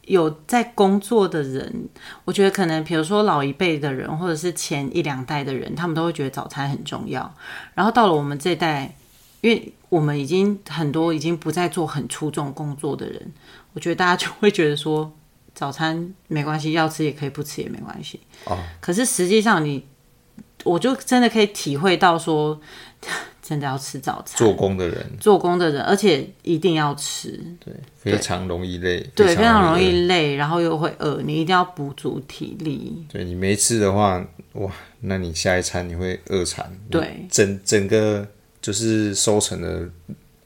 [SPEAKER 2] 有在工作的人，我觉得可能比如说老一辈的人，或者是前一两代的人，他们都会觉得早餐很重要。然后到了我们这一代，因为我们已经很多已经不再做很出众工作的人，我觉得大家就会觉得说早餐没关系，要吃也可以，不吃也没关系。
[SPEAKER 1] 哦，
[SPEAKER 2] 可是实际上你，我就真的可以体会到说， 真的要吃早餐。
[SPEAKER 1] 做工的人
[SPEAKER 2] 做工的人，而且一定要吃，
[SPEAKER 1] 对非常容易累，
[SPEAKER 2] 对，非常容
[SPEAKER 1] 累。
[SPEAKER 2] 易累，然后又会饿，你一定要补足体力。
[SPEAKER 1] 对你没吃的话，哇，那你下一餐你会饿惨。
[SPEAKER 2] 对，
[SPEAKER 1] 整整个就是收成的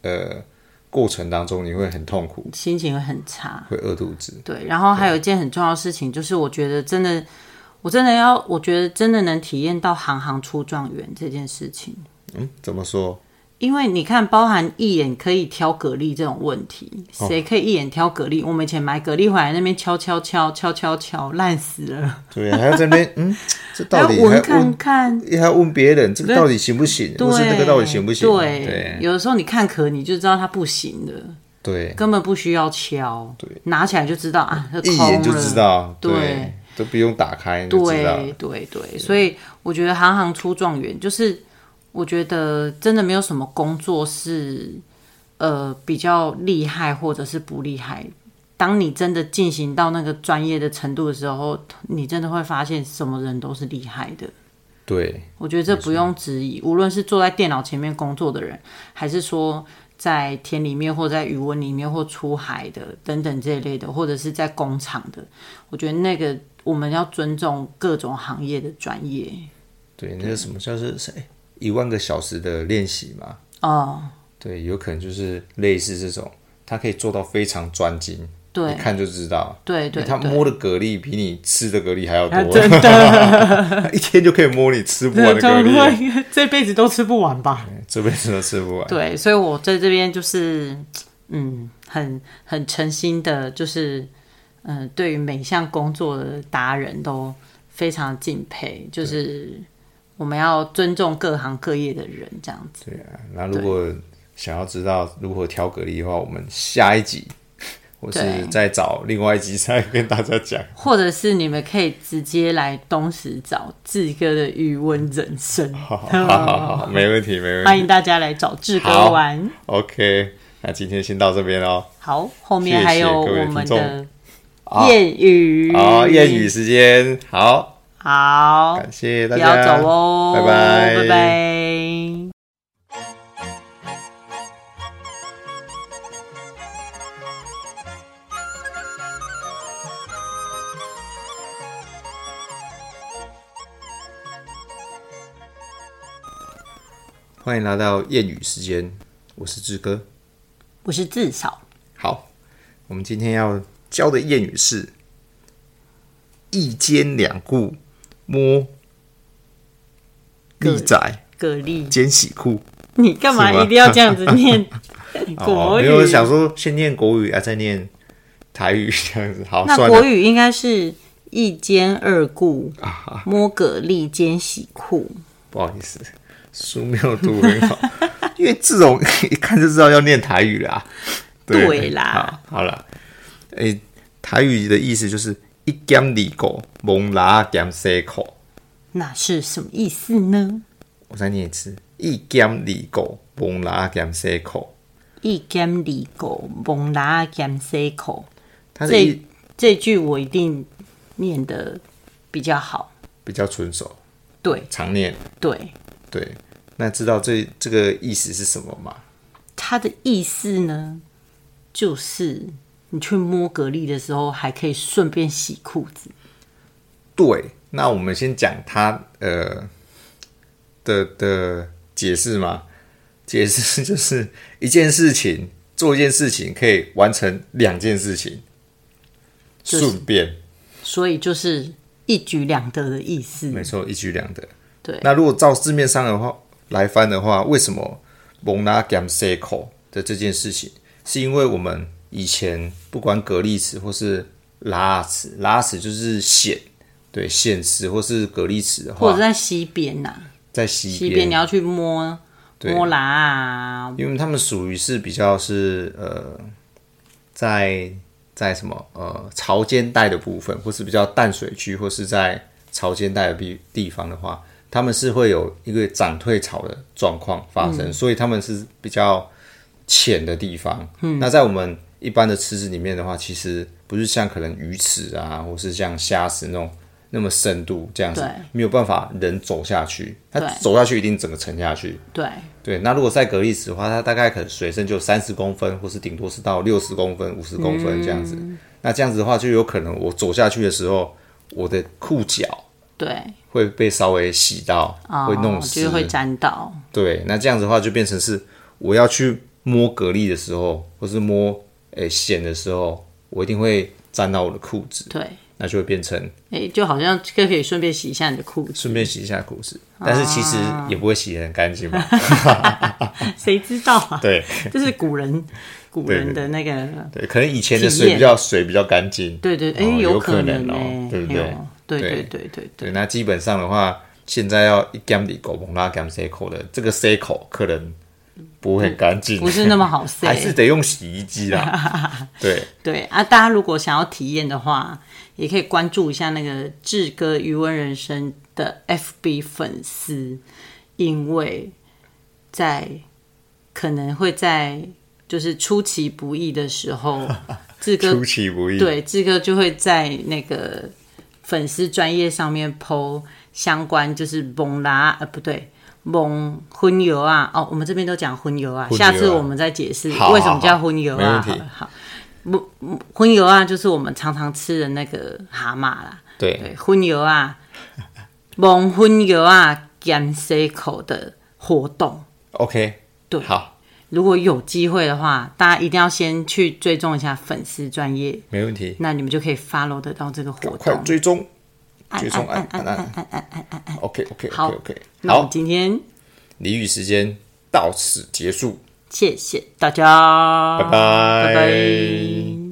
[SPEAKER 1] 呃过程当中，你会很痛苦，
[SPEAKER 2] 心情会很差。
[SPEAKER 1] 会饿肚子。
[SPEAKER 2] 对，然后还有一件很重要的事情，就是我觉得真的，我真的要，我觉得真的能体验到行行出状元这件事情。
[SPEAKER 1] 嗯，怎么说？
[SPEAKER 2] 因为你看，包含一眼可以挑蛤蜊这种问题，谁可以一眼挑蛤蜊？我们以前买蛤蜊回来那边敲敲敲敲敲敲，烂死了，
[SPEAKER 1] 对，还要在那 边嗯，这
[SPEAKER 2] 还
[SPEAKER 1] 到
[SPEAKER 2] 要
[SPEAKER 1] 底
[SPEAKER 2] 闻
[SPEAKER 1] 还要
[SPEAKER 2] 看看，
[SPEAKER 1] 也还要问别人这个到底行不行，
[SPEAKER 2] 对，
[SPEAKER 1] 或是那个到底行不行？啊
[SPEAKER 2] 对，
[SPEAKER 1] 对
[SPEAKER 2] 有的时候你看壳你就知道它不行的。
[SPEAKER 1] 对，
[SPEAKER 2] 根本不需要敲，
[SPEAKER 1] 对
[SPEAKER 2] 拿起来就知道啊，这空
[SPEAKER 1] 一眼就知
[SPEAKER 2] 了。
[SPEAKER 1] 道，
[SPEAKER 2] 对
[SPEAKER 1] 对，都不用打开你就知道了
[SPEAKER 2] 对。对对，所以我觉得行行出状元，就是我觉得真的没有什么工作是呃比较厉害或者是不厉害。当你真的进行到那个专业的程度的时候，你真的会发现什么人都是厉害的。
[SPEAKER 1] 对
[SPEAKER 2] 我觉得这不用质疑，无论是坐在电脑前面工作的人，还是说在田里面或在渔文里面或出海的等等这一类的，或者是在工厂的，我觉得那个我们要尊重各种行业的专业
[SPEAKER 1] 对，那个什么叫是谁一万个小时的练习嘛？
[SPEAKER 2] 哦。
[SPEAKER 1] 对，有可能就是类似这种，他可以做到非常专精，一
[SPEAKER 2] 对
[SPEAKER 1] 看就知道。
[SPEAKER 2] 对
[SPEAKER 1] 因
[SPEAKER 2] 对
[SPEAKER 1] 为哎他
[SPEAKER 2] 对，啊
[SPEAKER 1] 摸的蛤蜊比你吃的蛤蜊还要多，
[SPEAKER 2] 真的，
[SPEAKER 1] 他 一天就可以摸你吃不完的蛤
[SPEAKER 2] 真
[SPEAKER 1] 蜊，
[SPEAKER 2] 的 这辈子都吃不完吧？
[SPEAKER 1] 这辈子都吃不完。
[SPEAKER 2] 对，所以我在这边就是，嗯，很很诚心的，就是，嗯、对于每项工作的达人都非常敬佩，就是我们要尊重各行各业的人，这样子。
[SPEAKER 1] 对啊，那如果想要知道如何挑蛤蜊的话，我们下一集或是
[SPEAKER 2] 对
[SPEAKER 1] 再找另外一集再跟大家讲。
[SPEAKER 2] 或者是你们可以直接来东石找志哥的语文人生， 嗯
[SPEAKER 1] 好好好好，没问题，没问
[SPEAKER 2] 欢
[SPEAKER 1] 题。
[SPEAKER 2] 迎大家来找志哥
[SPEAKER 1] 好
[SPEAKER 2] 玩。
[SPEAKER 1] OK，那今天先到这边喽。
[SPEAKER 2] 好，后
[SPEAKER 1] 谢
[SPEAKER 2] 面
[SPEAKER 1] 谢
[SPEAKER 2] 还有
[SPEAKER 1] 各位
[SPEAKER 2] 我
[SPEAKER 1] 听
[SPEAKER 2] 们
[SPEAKER 1] 众
[SPEAKER 2] 的谚语。
[SPEAKER 1] 好，谚语。时间，好，
[SPEAKER 2] 好，
[SPEAKER 1] 感谢大
[SPEAKER 2] 不
[SPEAKER 1] 家，
[SPEAKER 2] 要走哦，
[SPEAKER 1] 拜拜，
[SPEAKER 2] 拜拜。
[SPEAKER 1] 欢迎来到谚语时间，我是志哥。
[SPEAKER 2] 我是自少，
[SPEAKER 1] 好，我们今天要教的谚语是“一兼两顾，摸立仔
[SPEAKER 2] 蛤蜊
[SPEAKER 1] 兼喜裤
[SPEAKER 2] 你干嘛
[SPEAKER 1] 是吗
[SPEAKER 2] 一定要这样子 念国
[SPEAKER 1] 哦，
[SPEAKER 2] 语？
[SPEAKER 1] 因为我想说先念国语啊，再念台语这样子，好，
[SPEAKER 2] 那
[SPEAKER 1] 算
[SPEAKER 2] 国
[SPEAKER 1] 了。
[SPEAKER 2] 语应该是一兼二顾，
[SPEAKER 1] 啊
[SPEAKER 2] 摸蛤蜊兼洗裤。
[SPEAKER 1] 不好意思，书没有读很好， 因为这种一看就知道要念台语啦。
[SPEAKER 2] 对啦，
[SPEAKER 1] 好，好啦，诶、台语的意思就是一减二狗，蒙拉减三口。
[SPEAKER 2] 那是什么意思呢？
[SPEAKER 1] 我再念一次，一减二狗，蒙拉减三口。
[SPEAKER 2] 一兼二顾，蒙拉兼洗裤。
[SPEAKER 1] 它的
[SPEAKER 2] 这
[SPEAKER 1] 意
[SPEAKER 2] 这句我一定念的比较好。
[SPEAKER 1] 比较纯熟，
[SPEAKER 2] 对
[SPEAKER 1] 常念。
[SPEAKER 2] 对，
[SPEAKER 1] 对，那知道这这个意思是什么吗？
[SPEAKER 2] 它的意思呢，就是你去摸蛤蜊的时候，还可以顺便洗裤子。
[SPEAKER 1] 对，那我们先讲它呃的的解释嘛。解释就是一件事情，做一件事情可以完成两件事情，
[SPEAKER 2] 就
[SPEAKER 1] 顺、
[SPEAKER 2] 是
[SPEAKER 1] 便，
[SPEAKER 2] 所以就是一举两得的意思。
[SPEAKER 1] 没错，一举两得。
[SPEAKER 2] 嗯对
[SPEAKER 1] 那如果照字面上的话来翻的话，为什么蒙拉 gam s e c o 的这件事情，是因为我们以前不管蛤蜊池或是拉池，拉池就是蚬，对，蚬池或是蛤蜊池的
[SPEAKER 2] 或者
[SPEAKER 1] 话，
[SPEAKER 2] 在西边呐、
[SPEAKER 1] 在西
[SPEAKER 2] 西边你要去摸
[SPEAKER 1] 对
[SPEAKER 2] 摸啦啊，
[SPEAKER 1] 因为他们属于是比较是呃，在在什么呃潮间带的部分，或是比较淡水区，或是在潮间带的地地方的话，他们是会有一个涨退潮的状况发
[SPEAKER 2] 嗯
[SPEAKER 1] 生，所以他们是比较浅的地方。嗯，那在我们一般的池子里面的话，其实不是像可能鱼池啊，或是像虾池那种那么深度这样子
[SPEAKER 2] 对，
[SPEAKER 1] 没有办法人走下去，它
[SPEAKER 2] 对
[SPEAKER 1] 走下去一定整个沉下去。
[SPEAKER 2] 对
[SPEAKER 1] 对，那如果在格力池的话，它大概可能水深就三十公分，或是顶多是到六十公分、五十公分这样子。
[SPEAKER 2] 嗯
[SPEAKER 1] 那这样子的话，就有可能我走下去的时候，我的裤脚
[SPEAKER 2] 对
[SPEAKER 1] 会被稍微洗到，
[SPEAKER 2] 啊，
[SPEAKER 1] 会弄
[SPEAKER 2] 就
[SPEAKER 1] 湿。
[SPEAKER 2] 是会沾到，
[SPEAKER 1] 对，那这样子的话，就变成是我要去摸蛤蜊的时候，或是摸诶蚬、的时候，我一定会沾到我的裤子，
[SPEAKER 2] 对，
[SPEAKER 1] 那就会变成
[SPEAKER 2] 哎、就好像可以顺便洗一下你的裤子，
[SPEAKER 1] 顺便洗一下裤子，但是其实
[SPEAKER 2] 哦
[SPEAKER 1] 也不会洗得很干净嘛。
[SPEAKER 2] 谁知道啊？
[SPEAKER 1] 对
[SPEAKER 2] 这是古人古人的那个，
[SPEAKER 1] 对，可能以前的
[SPEAKER 2] 体
[SPEAKER 1] 水
[SPEAKER 2] 验
[SPEAKER 1] 比较水比较干净。
[SPEAKER 2] 对对，哎、
[SPEAKER 1] 哦有
[SPEAKER 2] 可
[SPEAKER 1] 能
[SPEAKER 2] 呢、
[SPEAKER 1] 哦，对不
[SPEAKER 2] 哎
[SPEAKER 1] 对
[SPEAKER 2] 呦？对对
[SPEAKER 1] 对
[SPEAKER 2] 对对对，
[SPEAKER 1] 对，那基本上的话，现在要一 gam 里狗蒙拉 gam C 口的，这个 C 口可能不会很干净，
[SPEAKER 2] 不 是那么好塞，
[SPEAKER 1] 还是得用洗衣机啦。 对，
[SPEAKER 2] 对啊，大家如果想要体验的话，也可以关注一下那个志哥余温人生的 FB 粉丝，因为在可能会在就是出其不意的时候，志哥
[SPEAKER 1] 出其不意。
[SPEAKER 2] 对志哥就会在那个粉丝专业上面 PO 相关，就是蒙拉呃不对。蒙荤油啊，哦，我们这边都讲荤油啊，
[SPEAKER 1] 荤油啊
[SPEAKER 2] 下次我们再解释
[SPEAKER 1] 好
[SPEAKER 2] 为什么叫
[SPEAKER 1] 好好
[SPEAKER 2] 荤油
[SPEAKER 1] 没
[SPEAKER 2] 啊。
[SPEAKER 1] 问
[SPEAKER 2] 好
[SPEAKER 1] 题
[SPEAKER 2] 了，好，不，荤油啊，就是我们常常吃的那个蛤蟆啦。
[SPEAKER 1] 对
[SPEAKER 2] 对，荤油啊，蒙荤油啊，减 C 口的活动，
[SPEAKER 1] ，OK，
[SPEAKER 2] 对
[SPEAKER 1] 好，
[SPEAKER 2] 如果有机会的话，大家一定要先去追踪一下粉丝专业，
[SPEAKER 1] 没问题，
[SPEAKER 2] 那你们就可以 follow 得到这个活
[SPEAKER 1] 快
[SPEAKER 2] 动。
[SPEAKER 1] 追踪，
[SPEAKER 2] 按
[SPEAKER 1] 追
[SPEAKER 2] 按
[SPEAKER 1] 踪
[SPEAKER 2] 按
[SPEAKER 1] 按
[SPEAKER 2] 按
[SPEAKER 1] 按
[SPEAKER 2] 按
[SPEAKER 1] 按
[SPEAKER 2] 按按按按。
[SPEAKER 1] ，OK OK
[SPEAKER 2] 好
[SPEAKER 1] OK OK，
[SPEAKER 2] 那我们
[SPEAKER 1] 好，
[SPEAKER 2] 今天
[SPEAKER 1] 俚语时间到此结束，
[SPEAKER 2] 谢谢大家，
[SPEAKER 1] 拜拜
[SPEAKER 2] 拜拜